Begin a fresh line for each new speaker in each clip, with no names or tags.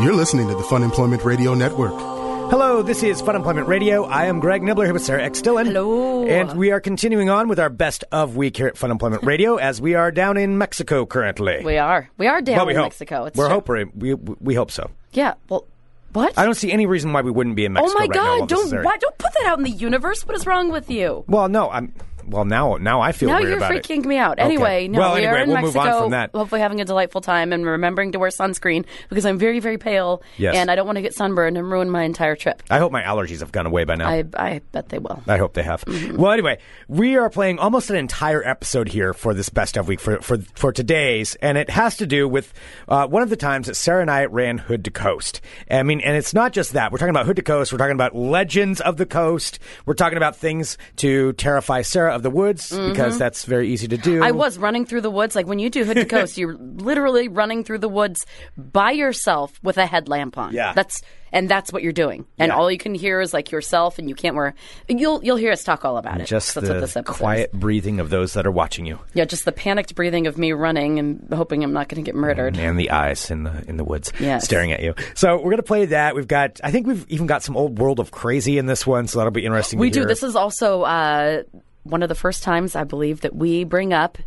You're listening to the Fun Employment Radio Network.
Hello, this is Fun Employment Radio. I am Greg Nibbler here with Sarah X. Dillon.
Hello.
And we are continuing on with our best of week here at Fun Employment Radio as we are down in Mexico currently.
We are. We are down
Well, we
in
hope.
Mexico. It's
We're
true.
hoping. We, we hope so.
Yeah. Well, what?
I don't see any reason why we wouldn't be in
oh
Mexico.
my
right now
God!
while this
don't
is airing.
why, don't put that out in the universe. What is wrong with you?
Well, no, I'm. Well, now now I feel
Now
weird
you're
about
freaking
it.
me out.
Okay.
Anyway, no,
well,
we
anyway,
are in
we'll
Mexico.
move on from that.
Hopefully, having a delightful time and remembering to wear sunscreen because I'm very, very pale
Yes.
and I don't want to get sunburned and ruin my entire trip.
I hope my allergies have gone away by now.
I, I bet they will.
I hope they have.
Mm-hmm.
Well, anyway, we are playing almost an entire episode here for this best of week for for, for today's, and it has to do with uh, one of the times that Sarah and I ran Hood to Coast. I mean, and it's not just that we're talking about Hood to Coast. We're talking about legends of the coast. We're talking about things to terrify Sarah of the woods because that's very easy to do.
Mm-hmm. I was running through the woods. Like when you do Hood to Coast, you're literally running through the woods by yourself with a headlamp on.
Yeah.
That's and that's what you're doing. And
Yeah.
all you can hear is like yourself and you can't wear you'll you'll hear us talk all about it.
Just
that's what this
the
episode is.
quiet breathing of those that are watching you,
Yeah, just the panicked breathing of me running and hoping I'm not gonna get murdered.
and the eyes in the in the woods
Yes.
staring at you. So we're gonna play that. We've got, I think we've even got some old world of crazy in this one, so that'll be interesting.
We
to
do.
hear.
This is also uh, one of the first times I believe that we bring up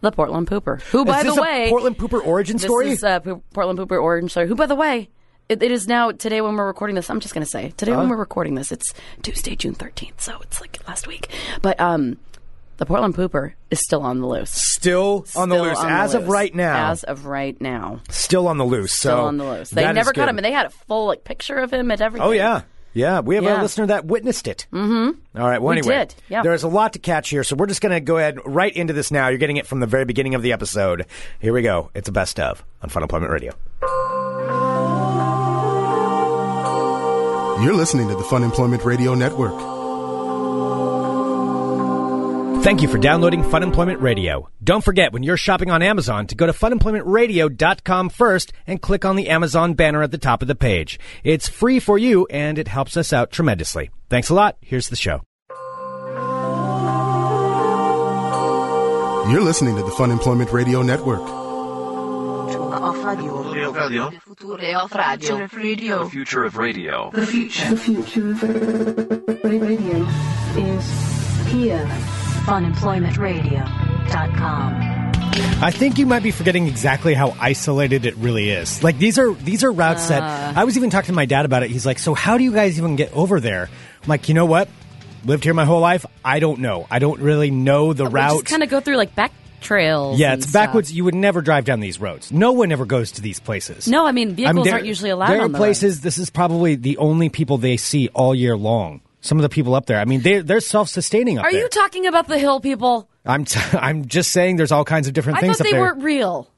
the Portland Pooper, who, by
is this
the
a
way,
Portland Pooper origin story.
This is uh, Po- Portland Pooper origin story. Who, by the way, it, it is now today when we're recording this. I'm just going to say today
Uh-huh.
when we're recording this, it's Tuesday, June 13th, so it's like last week. But um, the Portland Pooper is still on the loose.
still on the
Still
loose as of
loose.
right now.
As of right now,
still on the loose.
still
so
on the loose. They
that is
never caught
good.
him, and they had a full like picture of him and everything.
Oh yeah. Yeah, we have
Yeah.
a listener that witnessed it. Mm-hmm. All right. Well,
We
anyway,
did, yeah.
there's a lot to catch here, so we're just going to go ahead right into this now. You're getting it from the very beginning of the episode. Here we go. It's a best of on Fun Employment Radio.
You're listening to the Fun Employment Radio Network.
Thank you for downloading Fun Employment Radio. Don't forget when you're shopping on Amazon to go to funemploymentradio.com first and click on the Amazon banner at the top of the page. It's free for you and it helps us out tremendously. Thanks a lot. Here's the show.
You're listening to the Fun Employment Radio Network.
Future of radio. Future
Future of radio.
of radio. The
The future of radio.
future.
The future of radio is here.
funemploymentradio.com.
I think you might be forgetting exactly how isolated it really is. Like these are these are routes that I was even talking to my dad about it. He's like, "So how do you guys even get over there?" I'm like, "You know what? Lived here my whole life. I don't know. I don't really know the
We
route."
just kind of go through like back trails.
Yeah,
and
it's
stuff.
backwards. You would never drive down these roads. No one ever goes to these places.
No, I mean, vehicles
there-
aren't usually allowed
There are
on the
places. This is probably the only people they see all year long. Some of the people up there. I mean, they they're self sustaining up
Are
there.
you talking about the hill people?
I'm t- I'm just saying. There's all kinds of different
I
things
thought
up
they
there.
weren't real.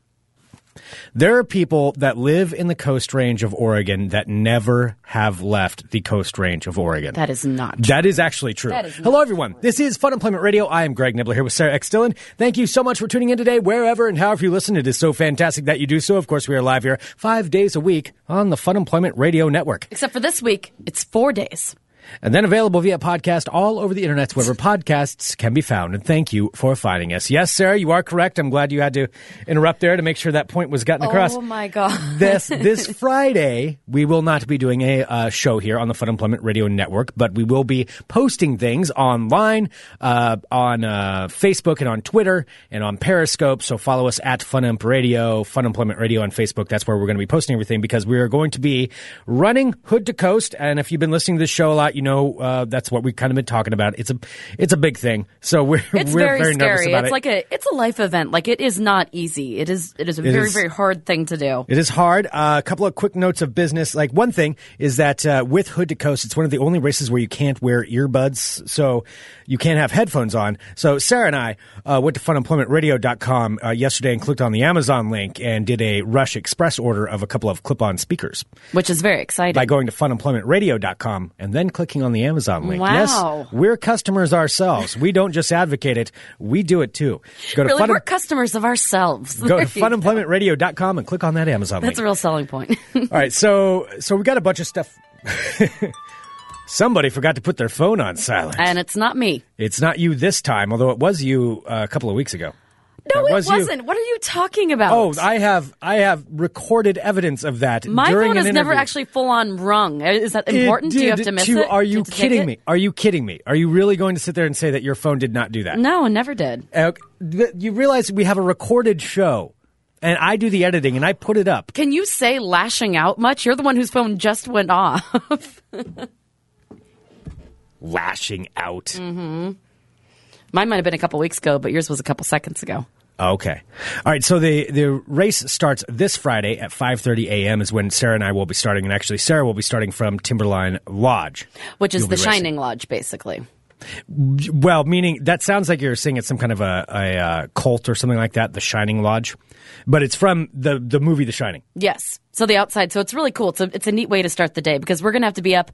There are people that live in the Coast Range of Oregon that never have left the Coast Range of Oregon.
That is not.
That is actually true.
That is not
Hello, everyone. This is Fun Employment Radio. I am Greg Nibbler here with Sarah X. Dillon. Thank you so much for tuning in today, wherever and however you listen. It is so fantastic that you do so. Of course, we are live here five days a week on the Fun Employment Radio Network.
Except for this week, it's four days.
And then available via podcast all over the internet, wherever podcasts can be found. And thank you for finding us. Yes, Sarah, you are correct. I'm glad you had to interrupt there to make sure that point was gotten across.
Oh my god!
this this Friday, we will not be doing a uh, show here on the Fun Employment Radio Network, but we will be posting things online uh, on uh, Facebook and on Twitter and on Periscope. So follow us at Fun Emp Radio, Fun Employment Radio on Facebook. That's where we're going to be posting everything because we are going to be running Hood to Coast. And if you've been listening to this show a lot, you know uh, that's what we've kind of been talking about. It's a it's a big thing. So we're
It's
we're
very,
very, nervous
scary.
about
It's
it.
like a it's a life event. Like it is not easy. It is it is a very
is.
very hard thing to do.
It is hard. Uh, a couple of quick notes of business. Like one thing is that uh, with Hood to Coast, it's one of the only races where you can't wear earbuds, so you can't have headphones on. So Sarah and I uh, went to funemploymentradio.com uh, yesterday and clicked on the Amazon link and did a rush express order of a couple of clip-on speakers
Which is very exciting.
by going to funemploymentradio.com and then clicking on the Amazon link.
Wow.
Yes, we're customers ourselves. We don't just advocate it; we do it too. Go to
really,
fun.
we're customers of ourselves.
Go to funemploymentradio.com and click on that Amazon link.
That's a real selling point.
All right, so so we got a bunch of stuff. Somebody forgot to put their phone on silent.
and it's not me.
It's not you this time, although it was you uh, a couple of weeks ago.
No,
That
it
was you.
wasn't. What are you talking about?
Oh, I have I have recorded evidence of that.
My
during an
phone is never
interview.
actually full on rung. Uh, Is that
It
important? Do you have
did
to miss
too.
it?
Are
Do
you
have to take
kidding
it?
me? Are you kidding me? Are you really going to sit there and say that your phone did not do that?
No, I never did.
Uh, th- You realize we have a recorded show, and I do the editing and I put it up.
Can you say lashing out much? You're the one whose phone just went off.
Lashing out.
Mine might have been a couple weeks ago, but yours was a couple seconds ago.
Okay. All right. So the the race starts this Friday at 5:30 a.m. is when Sarah and I will be starting, and actually Sarah will be starting from Timberline Lodge.
Which is
You'll
the
be racing.
Shining Lodge, basically.
Well, meaning that sounds like you're saying it's some kind of a, a uh, cult or something like that, the Shining Lodge, but it's from the the movie The Shining.
Yes. So the outside. So it's really cool. It's a, it's a neat way to start the day because we're going to have to be up.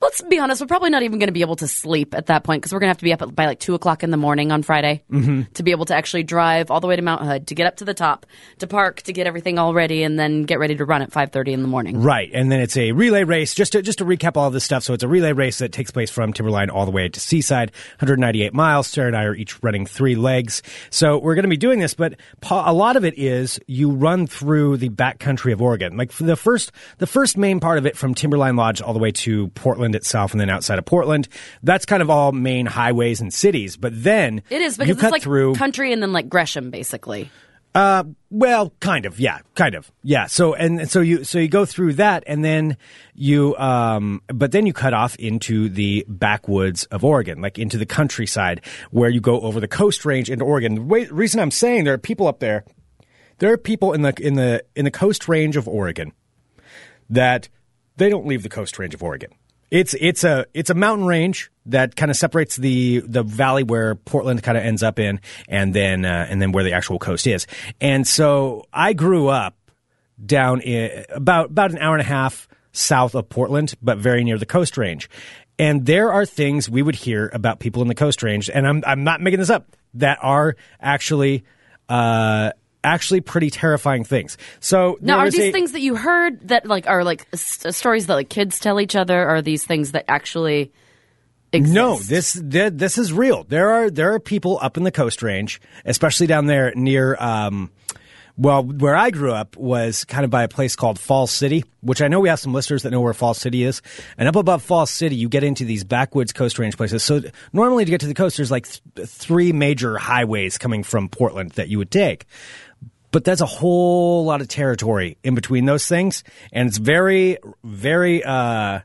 Let's be honest, we're probably not even going to be able to sleep at that point because we're going to have to be up at, by like 2 o'clock in the morning on Friday
Mm-hmm.
to be able to actually drive all the way to Mount Hood to get up to the top, to park, to get everything all ready, and then get ready to run at 5.30 in the morning.
Right, and then it's a relay race. Just to just to recap all this stuff, so it's a relay race that takes place from Timberline all the way to Seaside, 198 miles. Sarah and I are each running three legs, so we're going to be doing this. But pa- a lot of it is you run through the backcountry of Oregon, like for the first the first main part of it from Timberline Lodge all the way to Portland itself, and then outside of Portland, that's kind of all main highways and cities. But then
It is
you
because
cut
it's like
through
country and then like Gresham, basically.
well, kind of, yeah, kind of, yeah. So and and so you so you go through that, and then you, um, but then you cut off into the backwoods of Oregon, like into the countryside, where you go over the coast range into Oregon. The way, reason I'm saying there are people up there, there are people in the in the in the coast range of Oregon that they don't leave the coast range of Oregon. It's it's a it's a mountain range that kind of separates the the valley where Portland kind of ends up in, and then uh, and then where the actual coast is. And so I grew up down in, about about an hour and a half south of Portland, but very near the Coast Range. And there are things we would hear about people in the Coast Range, and I'm I'm not making this up, that are actually uh, actually pretty terrifying things. So
Now,
there
are
is
these
a-
things that you heard that like are like s- uh, stories that like kids tell each other? Or are these things that actually exist?
No, this th- this is real. There are there are people up in the Coast Range, especially down there near. Um, well, where I grew up was kind of by a place called Falls City, which I know we have some listeners that know where Falls City is. And up above Falls City, you get into these backwoods coast range places. So th- normally to get to the coast, there's like th- three major highways coming from Portland that you would take but that's a whole lot of territory in between those things and it's very very uh,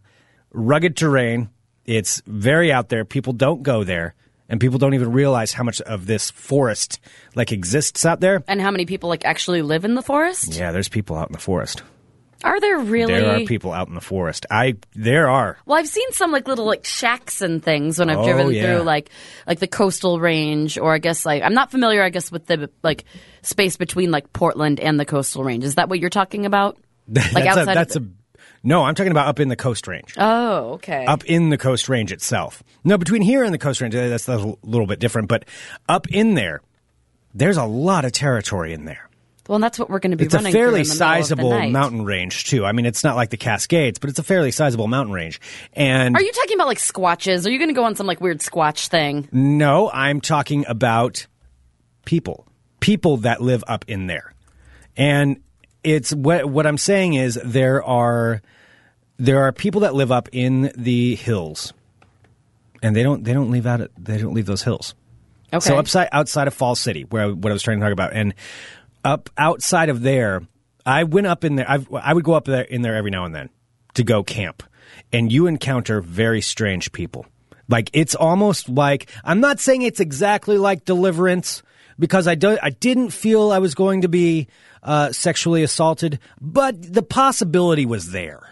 rugged terrain it's very out there people don't go there and people don't even realize how much of this forest like exists out there
And how many people like actually live in the forest?
yeah there's people out in the forest
Are there really?
there are people out in the forest i there are
Well, I've seen some like little like shacks and things when I've
Oh,
driven
yeah.
through like like the coastal range, or I guess like I'm not familiar, I guess, with the like space between like Portland and the coastal range. Is that what you're talking about? Like
that's
outside
a
of
that's
the-
a no i'm talking about up in the coast range
Oh, okay.
up in the coast range itself. No, between here and the coast range, uh, that's, that's a little bit different. But up in there, there's a lot of territory in there.
well, that's what we're going to be
It's a
running through
fairly
in the middle of the
sizable
night.
mountain range too. I mean, it's not like the Cascades, but it's a fairly sizable mountain range. And
Are you talking about like squatches? Are you going to go on some like weird squatch thing?
no, I'm talking about people, people that live up in there, and it's what what I'm saying is there are there are people that live up in the hills, and they don't they don't leave out they don't leave those hills.
Okay.
So upside outside of Falls City, where I, what I was trying to talk about, and up outside of there, I went up in there. I've, I would go up there in there every now and then to go camp, and you encounter very strange people. Like it's almost like I'm not saying it's exactly like Deliverance because I do, I didn't feel I was going to be uh, sexually assaulted, but the possibility was there.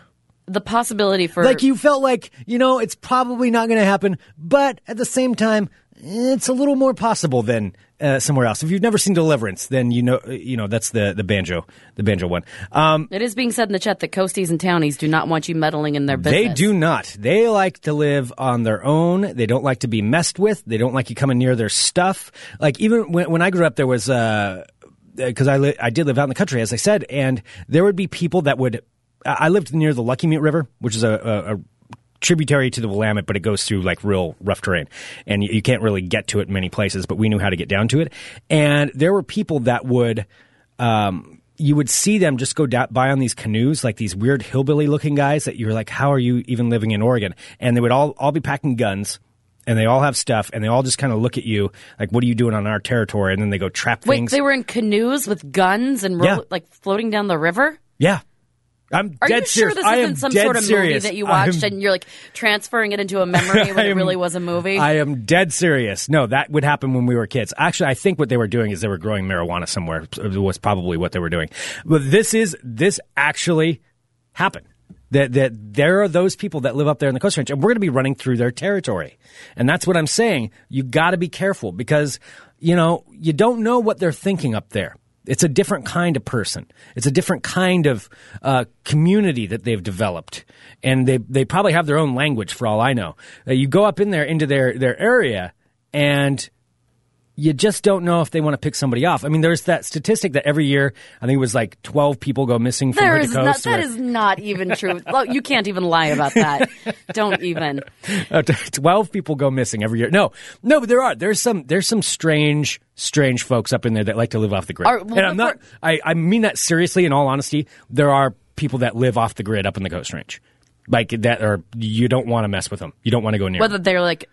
the possibility for
Like you felt like you know it's probably not going to happen, but at the same time, it's a little more possible than uh, somewhere else. If you've never seen Deliverance, then you know you know that's the the banjo the banjo one. Um,
It is being said in the chat that coasties and townies do not want you meddling in their business.
they do not. They like to live on their own. They don't like to be messed with. They don't like you coming near their stuff. Like even when when I grew up, there was uh because I li- I did live out in the country, as I said, and there would be people that would. I I lived near the Lucky Mute River, which is a, a, a tributary to the Willamette, but it goes through like real rough terrain, and you, you can't really get to it in many places. But we knew how to get down to it, and there were people that would. Um, you would see them just go down, by on these canoes, like these weird hillbilly looking guys that you were like, how are you even living in Oregon? And they would all, all be packing guns and they all have stuff and they all just kind of look at you like, what are you doing on our territory? And then they go trap
Wait,
things.
they were in canoes with guns and roll,
Yeah.
like floating down the river.
yeah. I'm
Are
dead
you sure
serious.
this
I am
isn't some
dead
sort of
serious.
movie that you
I'm
watched and you're like transferring it into a memory when
I
it
am-
really was a movie?
I am dead serious. No, that would happen when we were kids. Actually, I think what they were doing is they were growing marijuana somewhere. It was probably what they were doing. But this is this actually happened. That that there are those people that live up there in the Coast Range, and we're going to be running through their territory, and that's what I'm saying. You got to be careful because you know you don't know what they're thinking up there. It's a different kind of person. It's a different kind of uh, community that they've developed, and they they probably have their own language for all I know. Uh, you go up in there into their their area, and you just don't know if they want to pick somebody off. I mean, there's that statistic that every year I think it was like 12 people go missing from
There
coast
is
to
not,
coast.
that
or-
is not even true. Well, you can't even lie about that. Don't even.
Uh, 12 people go missing every year. No, no, but there are. There's some, there's some strange, strange folks up in there that like to live off the grid.
Are- well,
and I'm
look,
not, I, I mean that seriously, in all honesty. There are people that live off the grid up in the Coast Range. Like that, or you don't want to mess with them. You don't want to go near 'em.
Whether they're like,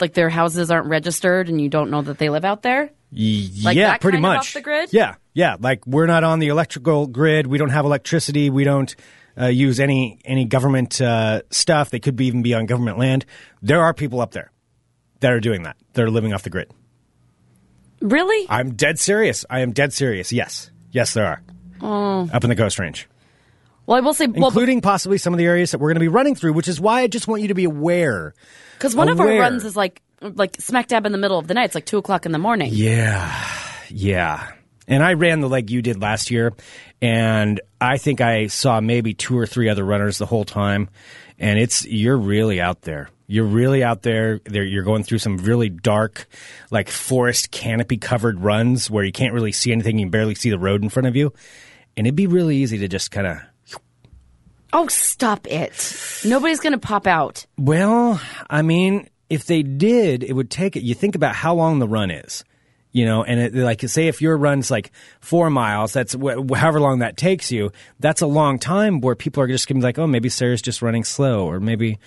like their houses aren't registered and you don't know that they live out there. Like
yeah,
that
pretty
kind of
much.
off the grid?
Yeah, yeah. Like we're not on the electrical grid. We don't have electricity. We don't uh, use any any government uh, stuff. They could be even be on government land. There are people up there that are doing that. That are living off the grid.
Really?
I'm dead serious. I am dead serious. Yes, yes, there are up in the Coast Range,
Well, I will say, well,
including possibly some of the areas that we're going to be running through. Which is why I just want you to be aware.
because one of our
aware.
runs is like, like smack dab in the middle of the night. It's like two o'clock in the morning.
Yeah. Yeah. And I ran the leg you did last year, and I think I saw maybe two or three other runners the whole time. And it's you're really out there. You're really out there. there you're going through some really dark, like forest canopy covered runs where you can't really see anything. You can barely see the road in front of you, and it'd be really easy to just kind of.
Oh, stop it! Nobody's gonna pop out.
Well, I mean, if they did, it would take it. You think about how long the run is, you know, and it, like say if your run's like four miles, that's wh- however long that takes you. That's a long time where people are just gonna be like, oh, maybe Sarah's just running slow, or maybe,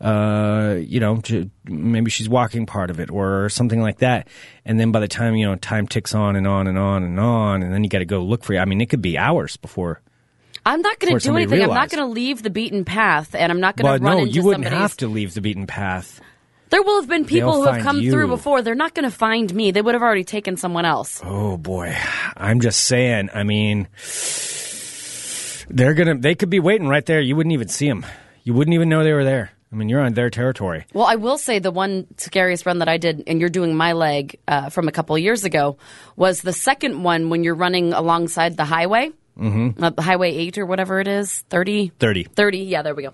uh, you know, j- maybe she's walking part of it, or something like that. And then by the time you know, time ticks on and on and on and on, and then you got to go look for it. I mean, it could be hours before.
I'm not gonna
Before
do
somebody
anything. I'm not
realized.
gonna leave the beaten path, and I'm not gonna
But
run
no,
into
you wouldn't
somebody's-
have to leave the beaten path.
There will have been people
They'll
who have
find
come through
you.
before. They're not going to find me. They would have already taken someone else.
Oh boy, I'm just saying. I mean, they're gonna. They could be waiting right there. You wouldn't even see them. You wouldn't even know they were there. I mean, you're on their territory.
Well, I will say the one scariest run that I did, and you're doing my leg uh, from a couple of years ago, was the second one when you're running alongside the highway, mm-hmm. uh, Highway 8 or whatever it is, 30?
30.
30, yeah, there we go.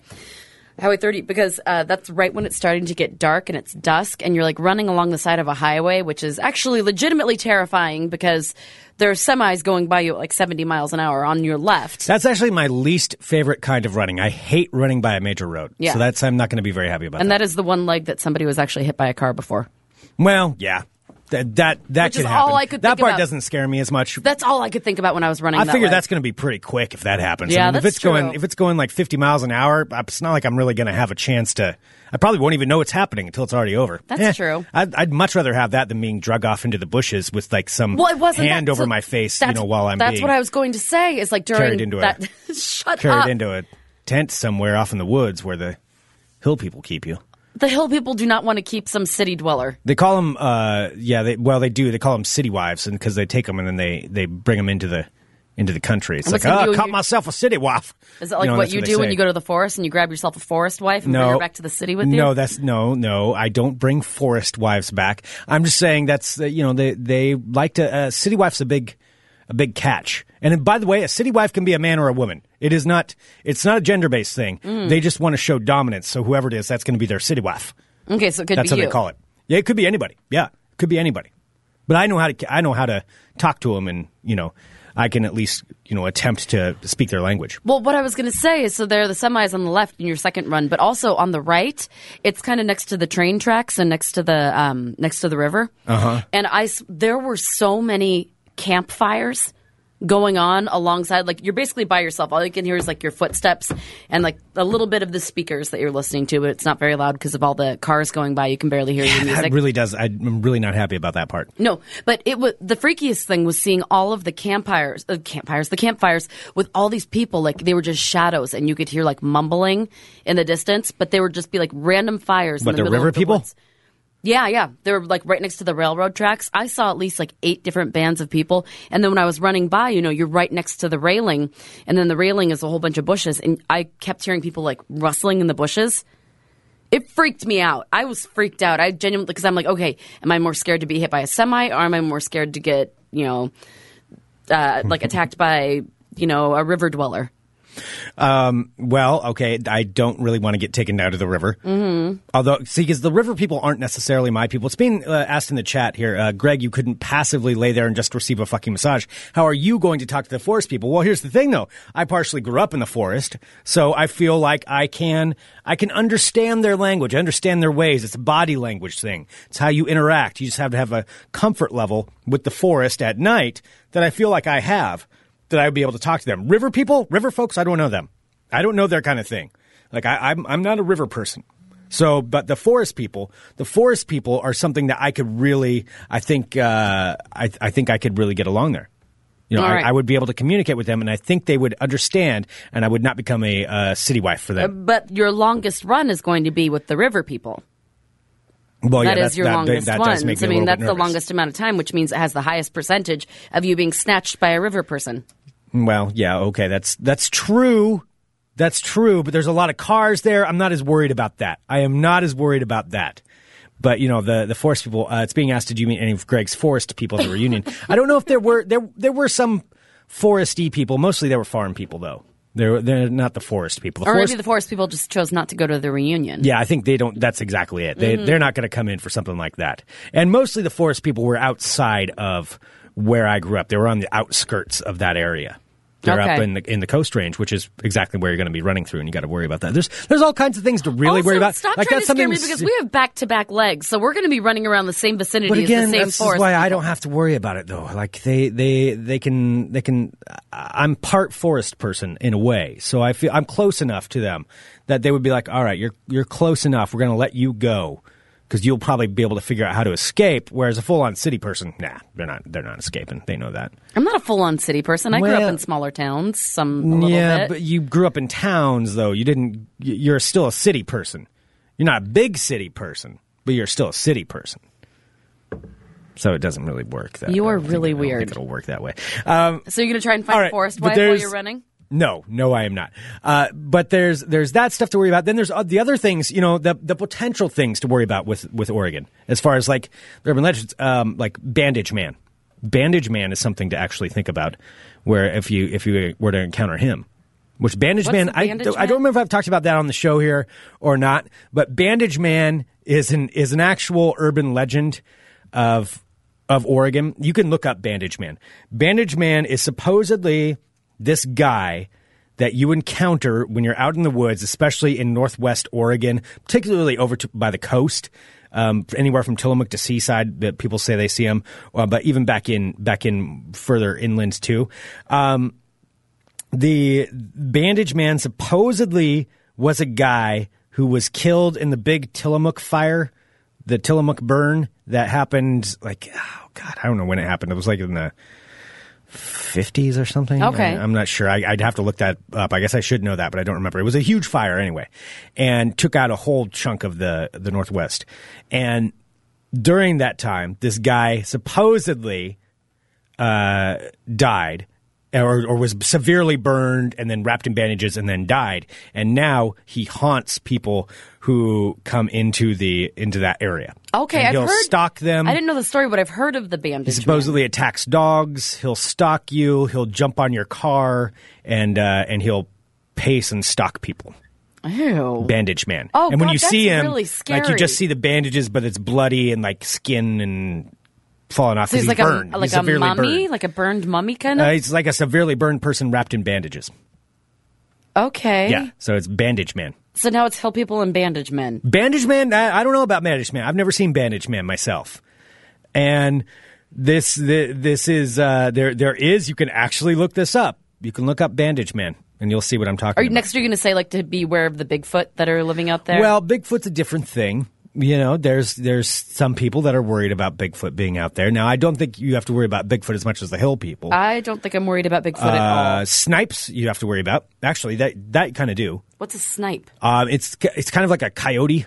Highway 30, because uh, that's right when it's starting to get dark and it's dusk, and you're like running along the side of a highway, which is actually legitimately terrifying because there are semis going by you at like 70 miles an hour on your left.
That's actually my least favorite kind of running. I hate running by a major road.
Yeah.
So that's I'm not going to be very happy about
And
that.
that is the one leg that somebody was actually hit by a car before.
Well, yeah. That that that
Which
could
is all
happen.
I could
that
think
part
about.
doesn't scare me as much.
That's all I could think about when I was running.
I
that
figure
leg.
that's going to be pretty quick if that happens.
Yeah,
I mean, if
that's
it's going
true.
if it's going like 50 miles an hour, I- it's not like I'm really going to have a chance to. I probably won't even know it's happening until it's already over. Eh,
That's true.
I'd, I'd much rather have that than being drug off into the bushes with like some
well, it wasn't
hand
that,
over
so
my face, you
that's-
know, while I'm
That's
being
what I was going to say. Is like during
Carried into a-
that. shut
carried
up.
into a tent somewhere off in the woods where the hill people keep you.
the hill people do not want to keep some city dweller.
They call them, uh, yeah, they, well, they do. They call them city wives, and because they take them and then they they bring them into the into the country. It's like,
listening to you
oh,
and
caught
you-
myself a city wife.
Is that like what you do when you go to the forest and you grab yourself a forest wife and bring her back to the city with you?
No, that's no, no. I don't bring forest wives back. I'm just saying that's uh, you know they they like to uh, city wife's a big a big catch. And then, by the way, a city wife can be a man or a woman. It is not it's not a gender based thing. They just want to show dominance. So whoever it is, that's going to be their city wife.
okay, so it Mm. could
That's how
be you.
they call it. Yeah, it could be anybody. Yeah, it could be anybody. But I know how to I know how to talk to them, and you know, I can at least you know attempt to speak their language.
Well, what I was going to say is so there are the semis on the left in your second run, but also on the right, it's kind of next to the train tracks and next to the um, next to the river. Uh-huh. And I s- there were so many campfires going on alongside like you're basically by yourself. All you can hear is like your footsteps and like a little bit of the speakers that you're listening to, but it's not very loud because of all the cars going by. You can barely hear your music.
That really does. I'm really not happy about that part.
No, but it was the freakiest thing was seeing all of the campfires, uh, campfires, the campfires with all these people. Like they were just shadows, and you could hear like mumbling in the distance, but they would just be like random fires.
What,
in
the
the middle
river
of the
people?
woods. Yeah, yeah, they were like right next to the railroad tracks. I saw at least like eight different bands of people, and then when I was running by, you know, you're right next to the railing, and then the railing is a whole bunch of bushes, and I kept hearing people like rustling in the bushes it freaked me out. I was freaked out. I genuinely because I'm like, okay, am I more scared to be hit by a semi, or am I more scared to get you know, uh, like attacked by you know a river dweller?
Well, okay, I don't really want to get taken down to the river. Mm-hmm. Although, see, because the river people aren't necessarily my people. It's being uh, asked in the chat here, uh, Greg, you couldn't passively lay there and just receive a fucking massage. How are you going to talk to the forest people? Well, here's the thing, though. I partially grew up in the forest, so I feel like I can I can understand their language, I understand their ways. It's a body language thing. It's how you interact. You just have to have a comfort level with the forest at night that I feel like I have. That I would be able to talk to them. River people, river folks, I don't know them. I don't know their kind of thing. Like I, I'm, I'm not a river person. So, but the forest people, the forest people are something that I could really, I think, uh, I, I think I could really get along there. You know,
All right.
I, I would be able to communicate with them, and I think they would understand, and I would not become a uh, city wife for them.
But your longest run is going to be with the river people.
well,
That
yeah,
is
that's-
your
that,
longest
that,
one.
does make me
I
a
mean,
little
that's
bit
the
nervous.
longest amount of time, which means it has the highest percentage of you being snatched by a river person.
Well, yeah, okay, that's that's true. That's true, but there's a lot of cars there. I'm not as worried about that. I am not as worried about that. But you know, the the forest people. Uh, it's being asked. Did you meet any of Greg's forest people at the reunion? I don't know if there were there there were some foresty people. Mostly they were farm people though. They're they're not the forest people. The
Or
forest,
maybe the forest people just chose not to go to the reunion.
yeah, I think they don't. That's exactly it.
Mm-hmm.
They they're not going to come in for something like that. And mostly the forest people were outside of where I grew up. They were on the outskirts of that area. They're up
Okay.
in the in the coast range, which is exactly where you're going to be running through, and you got to worry about that. There's there's all kinds of things to really
also,
worry about.
Stop
like
trying
that's
to scare
something.
me
s-
because we have back-to-back legs, so we're going to be running around the same vicinity
but
as
again,
the same
that's
forest.
why I don't have to worry about it though. Like they they they can they can. I'm part forest person in a way, so I feel I'm close enough to them that they would be like, all right, you're you're close enough. We're going to let you go because you'll probably be able to figure out how to escape. Whereas a full on city person, nah, they're not they're not escaping. They know that.
I'm not a full-on city person. I grew
Well-
up in smaller towns, some a little
yeah,
bit.
but you grew up in towns, though. You didn't. y- You're still a city person. You're not a big city person, but you're still a city person. So it doesn't really work. That
You
I
are
don't think-
really
I don't think
weird.
it'll work that way.
so you're gonna try and find
All
a
right,
forest
but
wife while
there's- Mm.
you're running?
No, no, I am not. Uh, but there's there's that stuff to worry about. Then there's uh, the other things, you know, the the potential things to worry about with with Oregon as far as like the urban legends, um, like Bandage Man. Bandage Man is something to actually think about, where if you if you were to encounter him, which Bandage
What's
Man,
the Bandage
I don't- I don't
Man?
remember if I've talked about that on the show here or not, but Bandage Man is an is an actual urban legend of of Oregon. You can look up Bandage Man. Bandage Man is supposedly this guy that you encounter when you're out in the woods, especially in northwest Oregon, particularly over to, by the coast. Um, anywhere from Tillamook to Seaside, that people say they see him, uh, but even back in back in further inland too. Um, the bandage man supposedly was a guy who was killed in the big Tillamook fire, the Tillamook burn that happened like oh god, I don't know when it happened. It was like in the 50s or something.
Okay.
I, am not sure. I, I'd have to look that up. I guess I should know that, but I don't remember. It was a huge fire anyway, and took out a whole chunk of the the northwest. And during that time, this guy supposedly died or, or was severely burned and then wrapped in bandages and then died and now he haunts people who come into the into that area
Okay,
And
I've
he'll
heard.
stalk them
I didn't know the story, but I've heard of the bandage.
he supposedly attacks dogs he'll stalk you he'll jump on your car and uh, and he'll pace and stalk people
man. Ew.
bandage man
Oh,
and when
God,
you
that's
see him
really
like you
scary.
just see the bandages but it's bloody and like skin and fallen off
So
because
he's
he's
like
burned.
a like
he's
a
severely
mummy,
burned.
like a burned mummy kind
Uh,
of.
he's like a severely burned person wrapped in bandages.
okay.
Yeah, so it's Bandage Man.
So now it's hill people and bandage men.
Bandage Man, I, I don't know about Bandage Man. I've never seen Bandage Man myself. And this thi- this is uh, there there is you can actually look this up. You can look up Bandage Man and you'll see what I'm talking
Are you
about.
next? You're going to say like to beware of the Bigfoot that are living out there.
Well, Bigfoot's a different thing. You know, there's there's some people that are worried about Bigfoot being out there. Now, I don't think you have to worry about Bigfoot as much as the hill people.
I don't think I'm worried about Bigfoot at all.
uh, snipes you have to worry about. Actually, that that kind of do.
What's a snipe?
Um, it's it's kind of like a coyote.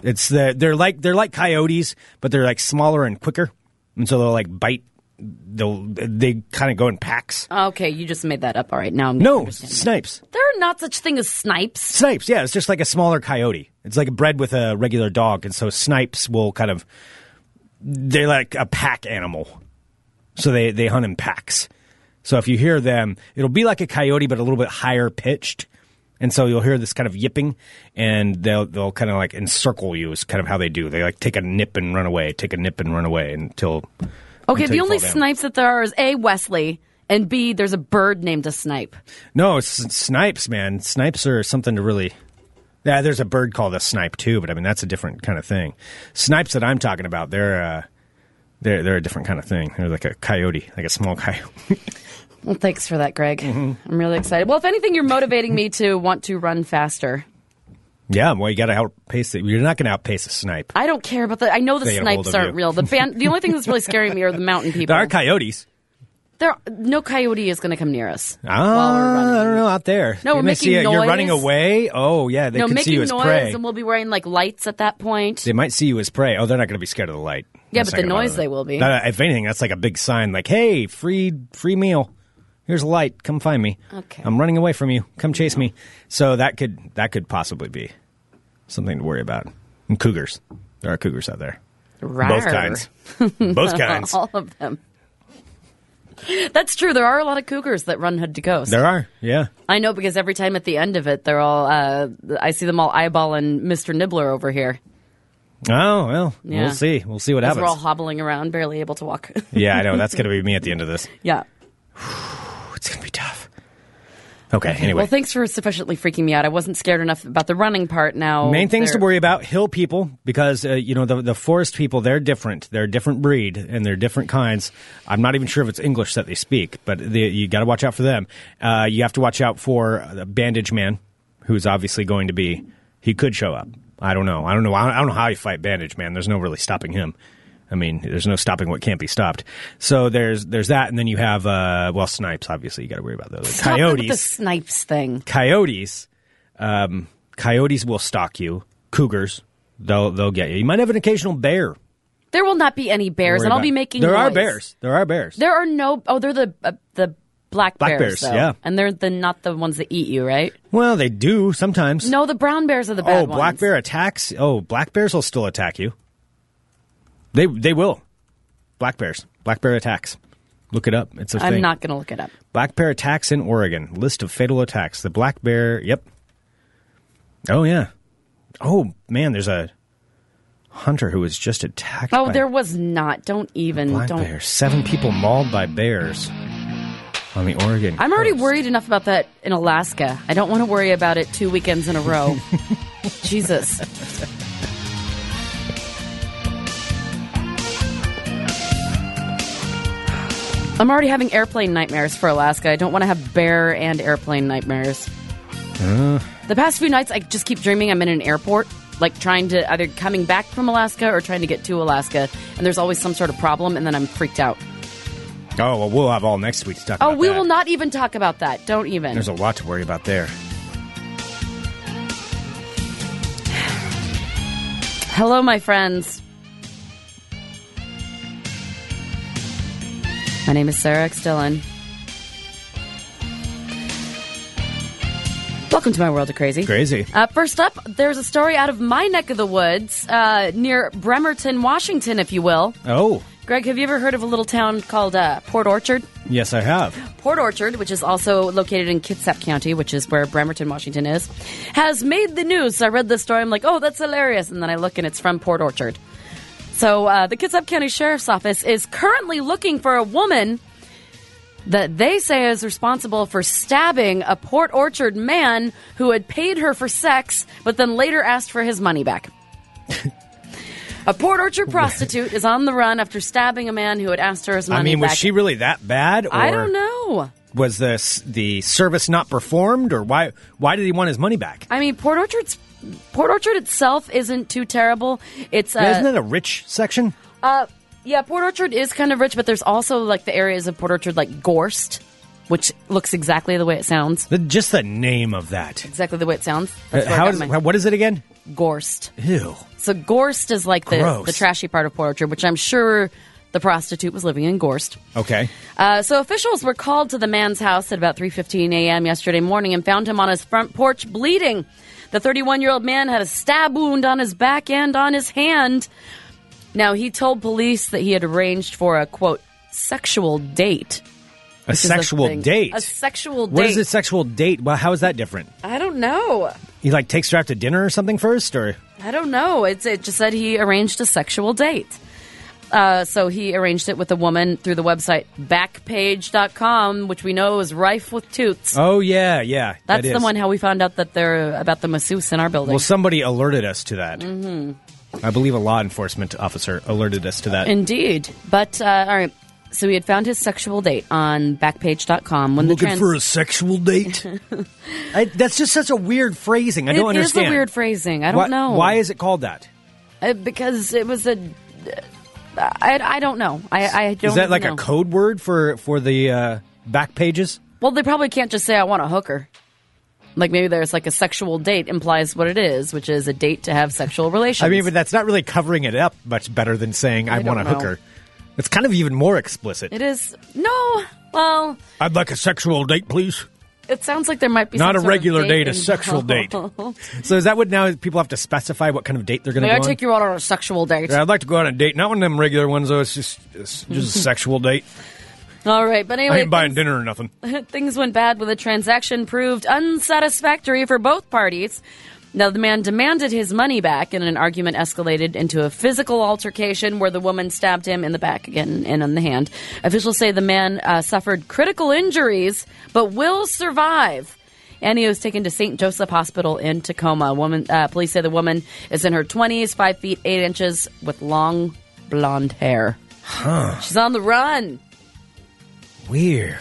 It's the, they're like they're like coyotes, but they're like smaller and quicker, and so they'll like bite. They'll they kind of go in packs.
Okay, you just made that up. All right, now I'm
No,
understanding.
snipes,
There are not such thing as snipes.
snipes. Yeah, it's just like a smaller coyote. It's like bred with a regular dog, and so snipes will kind of they're like a pack animal, so they they hunt in packs. So if you hear them, it'll be like a coyote, but a little bit higher pitched. And so you'll hear this kind of yipping, and they'll they'll kind of like encircle you. Is kind of how they do. They like take a nip and run away, take a nip and run away until.
Okay,
until
the
you
only
fall down.
snipes that there are is A, Wesley, and B, there's a bird named a snipe.
No, it's snipes, man. Snipes are something to really. Yeah, there's a bird called a snipe too, but I mean that's a different kind of thing. Snipes that I'm talking about, they're uh, they're they're a different kind of thing. They're like a coyote, like a small coyote.
Well, thanks for that, Greg.
Mm-hmm.
I'm really excited. Well, if anything, you're motivating me to want to run faster.
yeah, well, you got to outpace it. You're not going to outpace a snipe.
I don't care about the. I know the
They get a hold
snipes
of
aren't
you.
real. The ban- The only thing that's really scaring me are the mountain people.
There are coyotes.
there, no coyote is going to come near us. we're running.
Ah, I don't know out there.
No,
They
we're
may
making
see you. You're
noise.
running away. Oh yeah, they
no,
could see you
making
as
noise,
prey.
and we'll be wearing like lights at that point.
They might see you as prey. Oh, they're not going to be scared of the light.
Yeah,
That's
but
not
the
gonna
noise
bother them.
they will be.
No, no, if anything, that's like a big sign, like, "Hey, free free meal. Here's a light. Come find me.
Okay.
I'm running away from you. Come chase me." So that could that could possibly be something to worry about. And cougars. There are cougars out there. Both
Rar.
kinds. Both kinds.
all of them. That's true. There are a lot of cougars that run hood to coast.
There are. Yeah.
I know because every time at the end of it, they're all. Uh, I see them all eyeballing Mr. Nibbler over here.
Oh well,
Yeah.
we'll see. We'll see what
'Cause
happens.
We're all hobbling around, barely able to walk.
yeah, I know. That's going to be me at the end of this.
yeah.
It's going to be tough. Okay. Anyway.
Well, thanks for sufficiently freaking me out. I wasn't scared enough about the running part. Now,
Main things to
they're-
worry about: hill people, because uh, you know the the forest people. They're different. They're a different breed, and they're different kinds. I'm not even sure if it's English that they speak, but they, you got to watch out for them. Uh, you have to watch out for uh, the bandage man, who's obviously going to be. He could show up. I don't know. I don't know. I don't, I don't know how you fight bandage man. There's no really stopping him. I mean, there's no stopping what can't be stopped. So there's there's that, and then you have uh, well snipes. Obviously, you got to worry about those.
Stop
coyotes
with the snipes thing.
coyotes, um, coyotes will stalk you. Cougars, they'll they'll get you. You might have an occasional bear. to
There will not be any bears,
worry
and I'll
about.
be making.
There are
noise.
bears. There are bears.
There are no. Oh, they're the uh, the black,
Black bears,
bears. though.
yeah.
and they're the not the ones that eat you, right?
well, they do sometimes.
No, the brown bears are the bad
oh, black
ones.
bear attacks. Oh, black bears will still attack you. They they will. Black bears. Black bear attacks. Look it up. It's a
I'm
thing.
not going to look it up.
Black bear attacks in Oregon. List of fatal attacks. The black bear. Yep. Oh yeah. Oh man, there's a hunter who was just attacked.
Oh,
by
there was not. Don't even.
Black
don't.
bears. Seven people mauled by bears on the Oregon.
I'm already
coast.
worried enough about that in Alaska. I don't want to worry about it two weekends in a row. Jesus. I'm already having airplane nightmares for Alaska. I don't want to have bear and airplane nightmares. The past few nights, I just keep dreaming I'm in an airport, like trying to either coming back from Alaska or trying to get to Alaska, and there's always some sort of problem, and then I'm freaked out.
Oh well, we'll have all next week to talk
Oh,
about
we
that.
will not even talk about that. Don't even.
There's a lot to worry about there.
Hello, my friends. My name is Sarah X. Dillon. Welcome to my world of crazy.
Crazy.
Uh, first up, there's a story out of my neck of the woods, uh, near Bremerton, Washington, if you will.
Oh
Greg, have you ever heard of a little town called uh, Port Orchard?
yes, I have.
Port Orchard, which is also located in Kitsap County, which is where Bremerton, Washington is, has made the news. So I read this story. I'm like, oh, that's hilarious. And then I look and it's from Port Orchard. So uh, the Kitsap County Sheriff's Office is currently looking for a woman that they say is responsible for stabbing a Port Orchard man who had paid her for sex, but then later asked for his money back. a Port Orchard prostitute is on the run after stabbing a man who had asked her his money
I mean,
back.
was she really that bad? Or
I don't know.
Was the s- the service not performed, or why why did he want his money back?
I mean, Port Orchard's Port Orchard itself isn't too terrible. It's uh,
Yeah, Isn't that a rich section?
Uh, yeah, Port Orchard is kind of rich, but there's also like the areas of Port Orchard like Gorst, which looks exactly the way it sounds.
The, just the name of that.
Exactly the way it sounds.
Uh,
That's where I
how
got
is
mine.
how, what is it again?
Gorst?
Ew.
So Gorst is like the,
Gross.
the trashy part of Port Orchard, which I'm sure the prostitute was living in Gorst.
Okay.
Uh, so officials were called to the man's house at about 3:15 a.m. yesterday morning and found him on his front porch bleeding. The 31-year-old man had a stab wound on his back and on his hand. Now he told police that he had arranged for a quote sexual date.
A
which is a
sexual
thing.
date.
A sexual date.
What is a sexual date? Well, how is that different?
I don't know.
He like takes her out to dinner or something first, or
I don't know. It's, it just said he arranged a sexual date. Uh, so he arranged it with a woman through the website backpage.com, which we know is rife with toots.
oh yeah, yeah, that
That's the
is.
one how we found out that they're about the masseuse in our building.
Well, somebody alerted us to that. Mm-hmm. I believe a law enforcement officer alerted us to that.
Indeed. But, uh, all right. So he had found his sexual date on backpage.com when the trans.
a sexual date? I, that's just such a weird phrasing. I don't
It is
understand.
a weird phrasing. I don't
why,
know.
Why is it called that?
Uh, because it was a. I, I don't know. I, I don't
Is that like
know.
a code word for for the uh, back pages?
Well, they probably can't just say I want a hooker. Like maybe there's like a sexual date implies what it is, which is a date to have sexual relations.
I mean, but that's not really covering it up much better than saying I,
I
want a
don't know.
hooker. It's kind of even more explicit.
it is no. Well,
I'd like a sexual date, please.
it sounds like there might be
Not
some
a
sort of
regular date, a sexual
involved.
So is that what now people have to specify what kind of date they're going
May
to
I
go on?
take you out on a sexual date?
Yeah, I'd like to go on a date, not one of them regular ones though. It's just it's just a sexual date.
All right, but
I
anyway,
ain't buying
things,
dinner or nothing.
things went bad when the transaction proved unsatisfactory for both parties. Now the man demanded his money back, and an argument escalated into a physical altercation where the woman stabbed him in the back again and in the hand. Officials say the man uh, suffered critical injuries, but will survive. And he was taken to St. Joseph Hospital in Tacoma. Woman, uh, police say the woman is in her 20s, 5 feet 8 inches, with long blonde hair. She's on the run.
Weird.